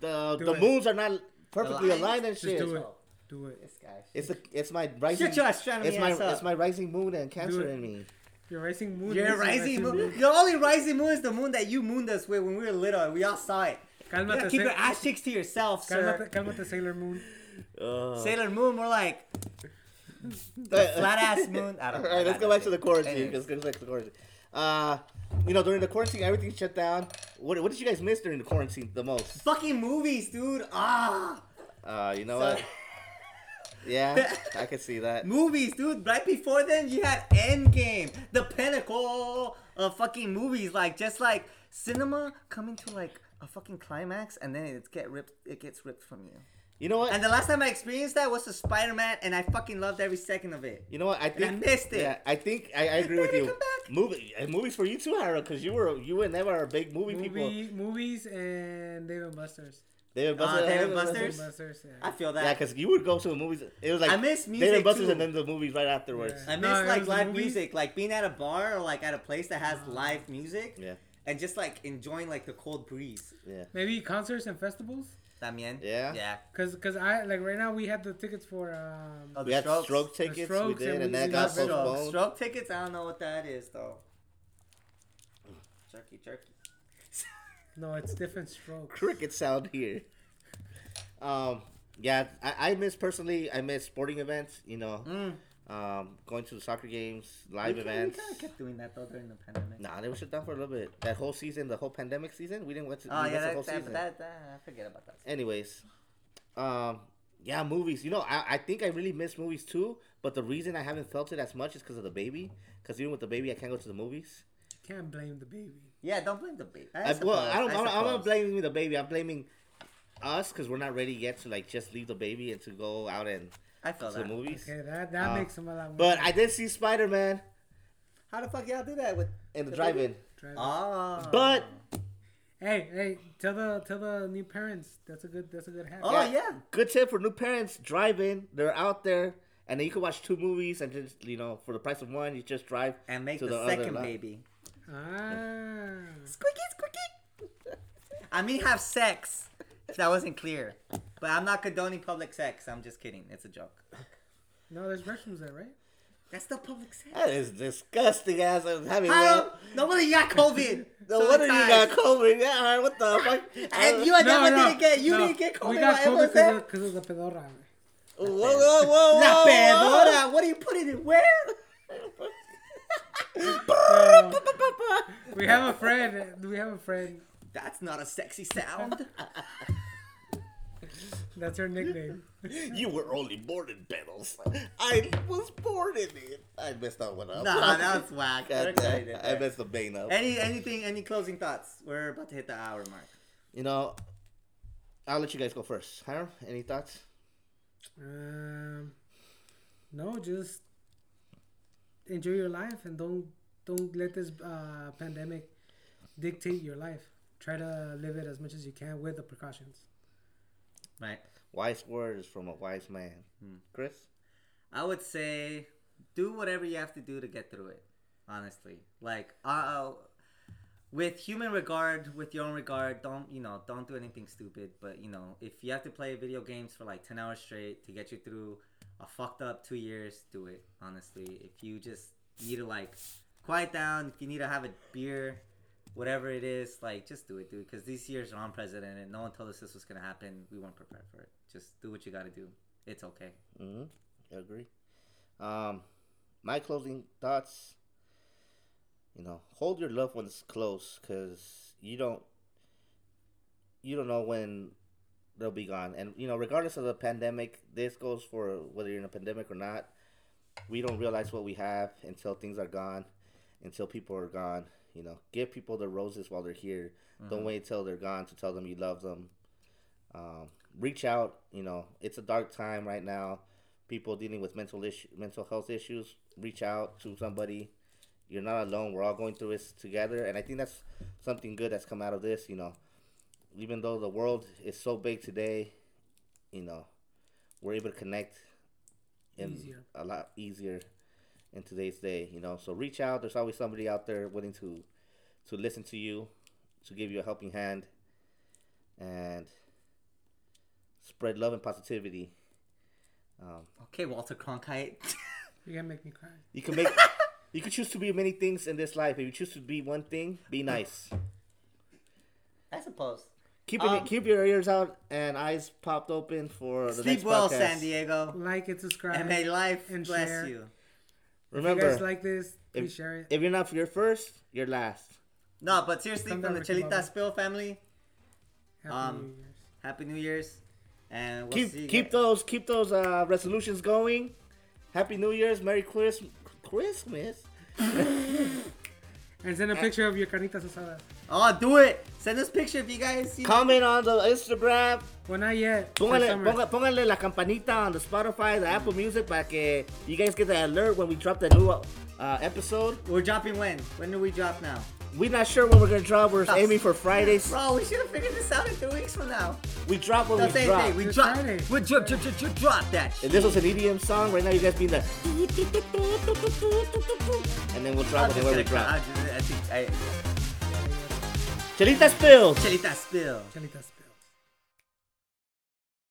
[SPEAKER 1] the,
[SPEAKER 2] Do
[SPEAKER 1] the
[SPEAKER 2] it.
[SPEAKER 1] moons are not perfectly
[SPEAKER 3] Aligned?
[SPEAKER 1] aligned and
[SPEAKER 2] Just
[SPEAKER 1] shit.
[SPEAKER 2] do it. Do it.
[SPEAKER 3] This guy.
[SPEAKER 1] It's the it's my rising.
[SPEAKER 3] your astronomy
[SPEAKER 1] it's my
[SPEAKER 3] ass up.
[SPEAKER 1] it's my rising moon and cancer
[SPEAKER 2] it.
[SPEAKER 1] in me.
[SPEAKER 2] Your rising moon.
[SPEAKER 3] Your
[SPEAKER 2] is a
[SPEAKER 3] rising moon. The only rising moon is the moon that you mooned us with when we were little. We all saw it. You
[SPEAKER 2] Cálmate,
[SPEAKER 3] gotta keep
[SPEAKER 2] Sa-
[SPEAKER 3] your ass cheeks to yourself, sir.
[SPEAKER 2] cálmate, cálmate, Sailor Moon.
[SPEAKER 1] Uh,
[SPEAKER 3] Sailor Moon, we're like flat ass moon. I
[SPEAKER 1] All
[SPEAKER 3] don't know.
[SPEAKER 1] right, let's go back to the quarantine.
[SPEAKER 3] Anyways.
[SPEAKER 1] Let's go back to the quarantine. Uh, you know, during the quarantine, everything shut down. What, what did you guys miss during the quarantine the most?
[SPEAKER 3] Fucking movies, dude. Ah,
[SPEAKER 1] Uh, you know
[SPEAKER 3] So-
[SPEAKER 1] what? Yeah, I can see that.
[SPEAKER 3] movies, dude. Right before then, you had Endgame, the pinnacle of fucking movies. Like just like cinema coming to like a fucking climax, and then it get ripped. It gets ripped from you.
[SPEAKER 1] You know what?
[SPEAKER 3] And the last time I experienced that was the Spider Man, and I fucking loved every second of it.
[SPEAKER 1] You know what? I
[SPEAKER 3] And I
[SPEAKER 1] think
[SPEAKER 3] missed it.
[SPEAKER 1] Yeah, I think I, I agree with
[SPEAKER 3] Baby,
[SPEAKER 1] you.
[SPEAKER 3] come back.
[SPEAKER 1] Movie and movies for you too, Harold, because you were you and them are big movie, people.
[SPEAKER 2] Movie, movies and Dave and Buster's.
[SPEAKER 1] David
[SPEAKER 3] Uh,
[SPEAKER 1] Buster.
[SPEAKER 3] Dave and
[SPEAKER 2] Dave
[SPEAKER 3] Buster's?
[SPEAKER 2] and Buster's. Yeah.
[SPEAKER 3] I feel that.
[SPEAKER 1] Yeah, because you would go to the movies. It was like
[SPEAKER 3] I miss
[SPEAKER 1] Dave
[SPEAKER 3] music,
[SPEAKER 1] and Buster's
[SPEAKER 3] too.
[SPEAKER 1] and then the movies right afterwards.
[SPEAKER 2] Yeah.
[SPEAKER 3] I miss
[SPEAKER 2] No, it
[SPEAKER 3] like
[SPEAKER 2] was the
[SPEAKER 3] live
[SPEAKER 2] movies.
[SPEAKER 3] music, like being at a bar or like at a place that has live music,
[SPEAKER 1] Yeah.
[SPEAKER 3] and just like enjoying like the cold breeze.
[SPEAKER 1] Yeah.
[SPEAKER 2] Maybe concerts and festivals.
[SPEAKER 3] También.
[SPEAKER 1] Yeah.
[SPEAKER 3] Yeah.
[SPEAKER 2] Cause, cause I like right now we have the tickets for um.
[SPEAKER 3] Oh,
[SPEAKER 1] We had
[SPEAKER 3] Strokes.
[SPEAKER 1] stroke
[SPEAKER 2] The
[SPEAKER 1] tickets. We
[SPEAKER 2] Strokes
[SPEAKER 1] did,
[SPEAKER 2] and
[SPEAKER 1] and
[SPEAKER 2] we
[SPEAKER 1] that
[SPEAKER 2] did
[SPEAKER 1] got
[SPEAKER 2] the Strokes.
[SPEAKER 1] postponed.
[SPEAKER 3] Stroke tickets. I don't know what that is though. Jerky, jerky.
[SPEAKER 2] No, it's different strokes.
[SPEAKER 1] cricket sound here. Um, yeah, I, I miss personally. I miss sporting events. You know,
[SPEAKER 3] Mm.
[SPEAKER 1] um, going to the soccer games,
[SPEAKER 3] We
[SPEAKER 1] live
[SPEAKER 3] kind
[SPEAKER 1] events.
[SPEAKER 3] of kept doing that though during the pandemic.
[SPEAKER 1] Nah, they were shut down for a little bit. That whole season, the whole pandemic season, we didn't went to.
[SPEAKER 3] Oh
[SPEAKER 1] we missed
[SPEAKER 3] yeah,
[SPEAKER 1] the
[SPEAKER 3] that,
[SPEAKER 1] whole
[SPEAKER 3] that,
[SPEAKER 1] season.
[SPEAKER 3] that, that- I forget about that.
[SPEAKER 1] Anyways, um, yeah, movies. You know, I, I think I really miss movies too. But the reason I haven't felt it as much is because of the baby. Because even with the baby, I can't go to the movies.
[SPEAKER 2] Can't blame the baby.
[SPEAKER 3] Yeah, don't blame the baby.
[SPEAKER 1] I, well, I don't.
[SPEAKER 3] suppose,
[SPEAKER 1] I'm, I'm not
[SPEAKER 3] suppose.
[SPEAKER 1] blaming the baby. I'm blaming us because we're not ready yet to like just leave the baby and to go out and
[SPEAKER 3] I feel
[SPEAKER 1] to the
[SPEAKER 3] Oh, that.
[SPEAKER 1] movies.
[SPEAKER 2] Okay, that that
[SPEAKER 3] Ah.
[SPEAKER 1] Uh,
[SPEAKER 2] makes him a lot more.
[SPEAKER 1] But I did see Spider Man
[SPEAKER 3] How the fuck y'all do that with?
[SPEAKER 1] in the
[SPEAKER 3] The
[SPEAKER 1] drive in.
[SPEAKER 2] Drive it.
[SPEAKER 3] Oh.
[SPEAKER 1] But
[SPEAKER 2] hey, hey, tell the tell the new parents that's a good that's a good hack.
[SPEAKER 3] Oh yeah.
[SPEAKER 1] good tip for new parents drive in. They're out there. And then you can watch two movies and just, you know, for the price of one, you just drive.
[SPEAKER 3] And make
[SPEAKER 1] to
[SPEAKER 3] the,
[SPEAKER 1] other
[SPEAKER 3] second
[SPEAKER 1] lot.
[SPEAKER 3] baby.
[SPEAKER 2] Ah,
[SPEAKER 3] Squeaky, squeaky. I mean, have sex. If that wasn't clear. But I'm not condoning public sex. I'm just kidding. It's a joke.
[SPEAKER 2] no, there's restrooms there, right?
[SPEAKER 3] That's the public sex.
[SPEAKER 1] That is disgusting ass. I'm having that.
[SPEAKER 3] Harold, nobody got COVID.
[SPEAKER 1] No wonder you got
[SPEAKER 3] COVID.
[SPEAKER 1] COVID. Yeah, all right, what the fuck?
[SPEAKER 3] And you had
[SPEAKER 2] no,
[SPEAKER 3] never
[SPEAKER 2] no,
[SPEAKER 3] didn't get. You
[SPEAKER 2] no.
[SPEAKER 3] didn't get COVID.
[SPEAKER 2] We got
[SPEAKER 3] while I
[SPEAKER 2] COVID
[SPEAKER 3] was there.
[SPEAKER 2] because of, 'cause of the pedora. güey.
[SPEAKER 1] Whoa, whoa, whoa, whoa.
[SPEAKER 3] La
[SPEAKER 1] whoa.
[SPEAKER 3] pedora. What are you putting it where?
[SPEAKER 2] We have a friend. We have a friend.
[SPEAKER 3] That's not a sexy sound.
[SPEAKER 2] That's her nickname.
[SPEAKER 1] You were only born in pedals. I was born in it. I messed that one up.
[SPEAKER 3] nah, that was whack.
[SPEAKER 1] God
[SPEAKER 3] We're
[SPEAKER 1] damn,
[SPEAKER 3] excited.
[SPEAKER 1] I messed the bane up.
[SPEAKER 3] Any anything? Any closing thoughts? We're about to hit the hour mark.
[SPEAKER 1] You know, I'll let you guys go first. Hiram, any thoughts?
[SPEAKER 2] Um, no, just enjoy your life and don't don't let this uh, pandemic dictate your life. Try to live it as much as you can with the precautions.
[SPEAKER 3] Right.
[SPEAKER 1] Wise words from a wise man.
[SPEAKER 3] Hmm.
[SPEAKER 1] Chris?
[SPEAKER 3] I would say do whatever you have to do to get through it. Honestly, like uh, with human regard, with your own regard, don't you know? Don't do anything stupid. But you know, if you have to play video games for like ten hours straight to get you through a fucked up two years, do it. Honestly, if you just need to like quiet down, if you need to have a beer, whatever it is, like just do it, dude. Because these years are unprecedented. No one told us this was gonna happen. We weren't prepared for it. Just do what you gotta do. It's okay.
[SPEAKER 1] Mm-hmm. I agree. Um, my closing thoughts. You know, hold your loved ones close because you don't. You don't know when they'll be gone, and you know, regardless of the pandemic, this goes for whether you're in a pandemic or not. We don't realize what we have until things are gone, until people are gone. You know, give people their roses while they're here. Don't wait till they're gone to tell them you love them um, reach out. You know, it's a dark time right now. People dealing with mental issue, mental health issues. Reach out to somebody. You're not alone. We're all going through this together, and I think that's something good that's come out of this. You know, even though the world is so big today, you know, we're able to connect and
[SPEAKER 2] Easier.
[SPEAKER 1] a lot easier in today's day. You know, so reach out. There's always somebody out there willing to to listen to you, to give you a helping hand, and spread love and positivity. Um,
[SPEAKER 3] Okay, Walter Cronkite.
[SPEAKER 2] You're gonna make me cry.
[SPEAKER 1] you can make. You can choose to be many things in this life. If you choose to be one thing, be nice.
[SPEAKER 3] I suppose.
[SPEAKER 1] Keep it,
[SPEAKER 3] Um,
[SPEAKER 1] keep your ears out and eyes popped open for the
[SPEAKER 3] Sleep
[SPEAKER 1] next
[SPEAKER 3] well,
[SPEAKER 1] podcast.
[SPEAKER 3] San Diego,
[SPEAKER 2] Like and subscribe.
[SPEAKER 3] and may life
[SPEAKER 2] and
[SPEAKER 3] bless
[SPEAKER 2] share.
[SPEAKER 3] you.
[SPEAKER 2] if you
[SPEAKER 1] Remember,
[SPEAKER 2] guys like this, please
[SPEAKER 1] if-
[SPEAKER 2] share it.
[SPEAKER 1] if you're not your first, you're last.
[SPEAKER 3] No, but seriously,
[SPEAKER 2] Come
[SPEAKER 3] from the
[SPEAKER 2] down, Ricky Bobby.
[SPEAKER 3] Chelita Spill family,
[SPEAKER 2] Happy
[SPEAKER 3] um,
[SPEAKER 2] New Year's.
[SPEAKER 3] Happy New Year's, and we'll see. You
[SPEAKER 1] keep keep
[SPEAKER 3] guys.
[SPEAKER 1] those keep those uh, resolutions going. Happy New Year's, Merry Chris- Christmas.
[SPEAKER 2] And send a picture of your carnitas asadas.
[SPEAKER 3] Oh, do it! Send us picture if you guys see.
[SPEAKER 1] Comment on the Instagram.
[SPEAKER 2] Well, not yet. for
[SPEAKER 1] Póngale,
[SPEAKER 2] summer.
[SPEAKER 1] ponga, póngale la campanita on the Spotify, the Apple Music, para que you guys get the alert when we drop the new uh, episode.
[SPEAKER 3] We're dropping when? When do we drop now?
[SPEAKER 1] We're not sure when we're gonna drop. We're
[SPEAKER 3] That's-
[SPEAKER 1] aiming for Fridays.
[SPEAKER 3] Bro, we should have figured this out in three weeks from now.
[SPEAKER 1] We drop when
[SPEAKER 3] No,
[SPEAKER 1] we
[SPEAKER 3] say
[SPEAKER 1] drop.
[SPEAKER 3] it, say it. We
[SPEAKER 2] It's
[SPEAKER 3] drop.
[SPEAKER 2] Friday.
[SPEAKER 3] We drop, drop, drop, drop, drop that.
[SPEAKER 1] If
[SPEAKER 3] shit.
[SPEAKER 1] this was an EDM song, right now you guys being the and then we'll
[SPEAKER 3] I'm
[SPEAKER 1] drop it
[SPEAKER 3] just
[SPEAKER 1] where we
[SPEAKER 3] gonna cry. I
[SPEAKER 1] drop.
[SPEAKER 3] just- I think I.
[SPEAKER 1] Chelita Spill.
[SPEAKER 3] Chelita Spill.
[SPEAKER 2] Carnitas.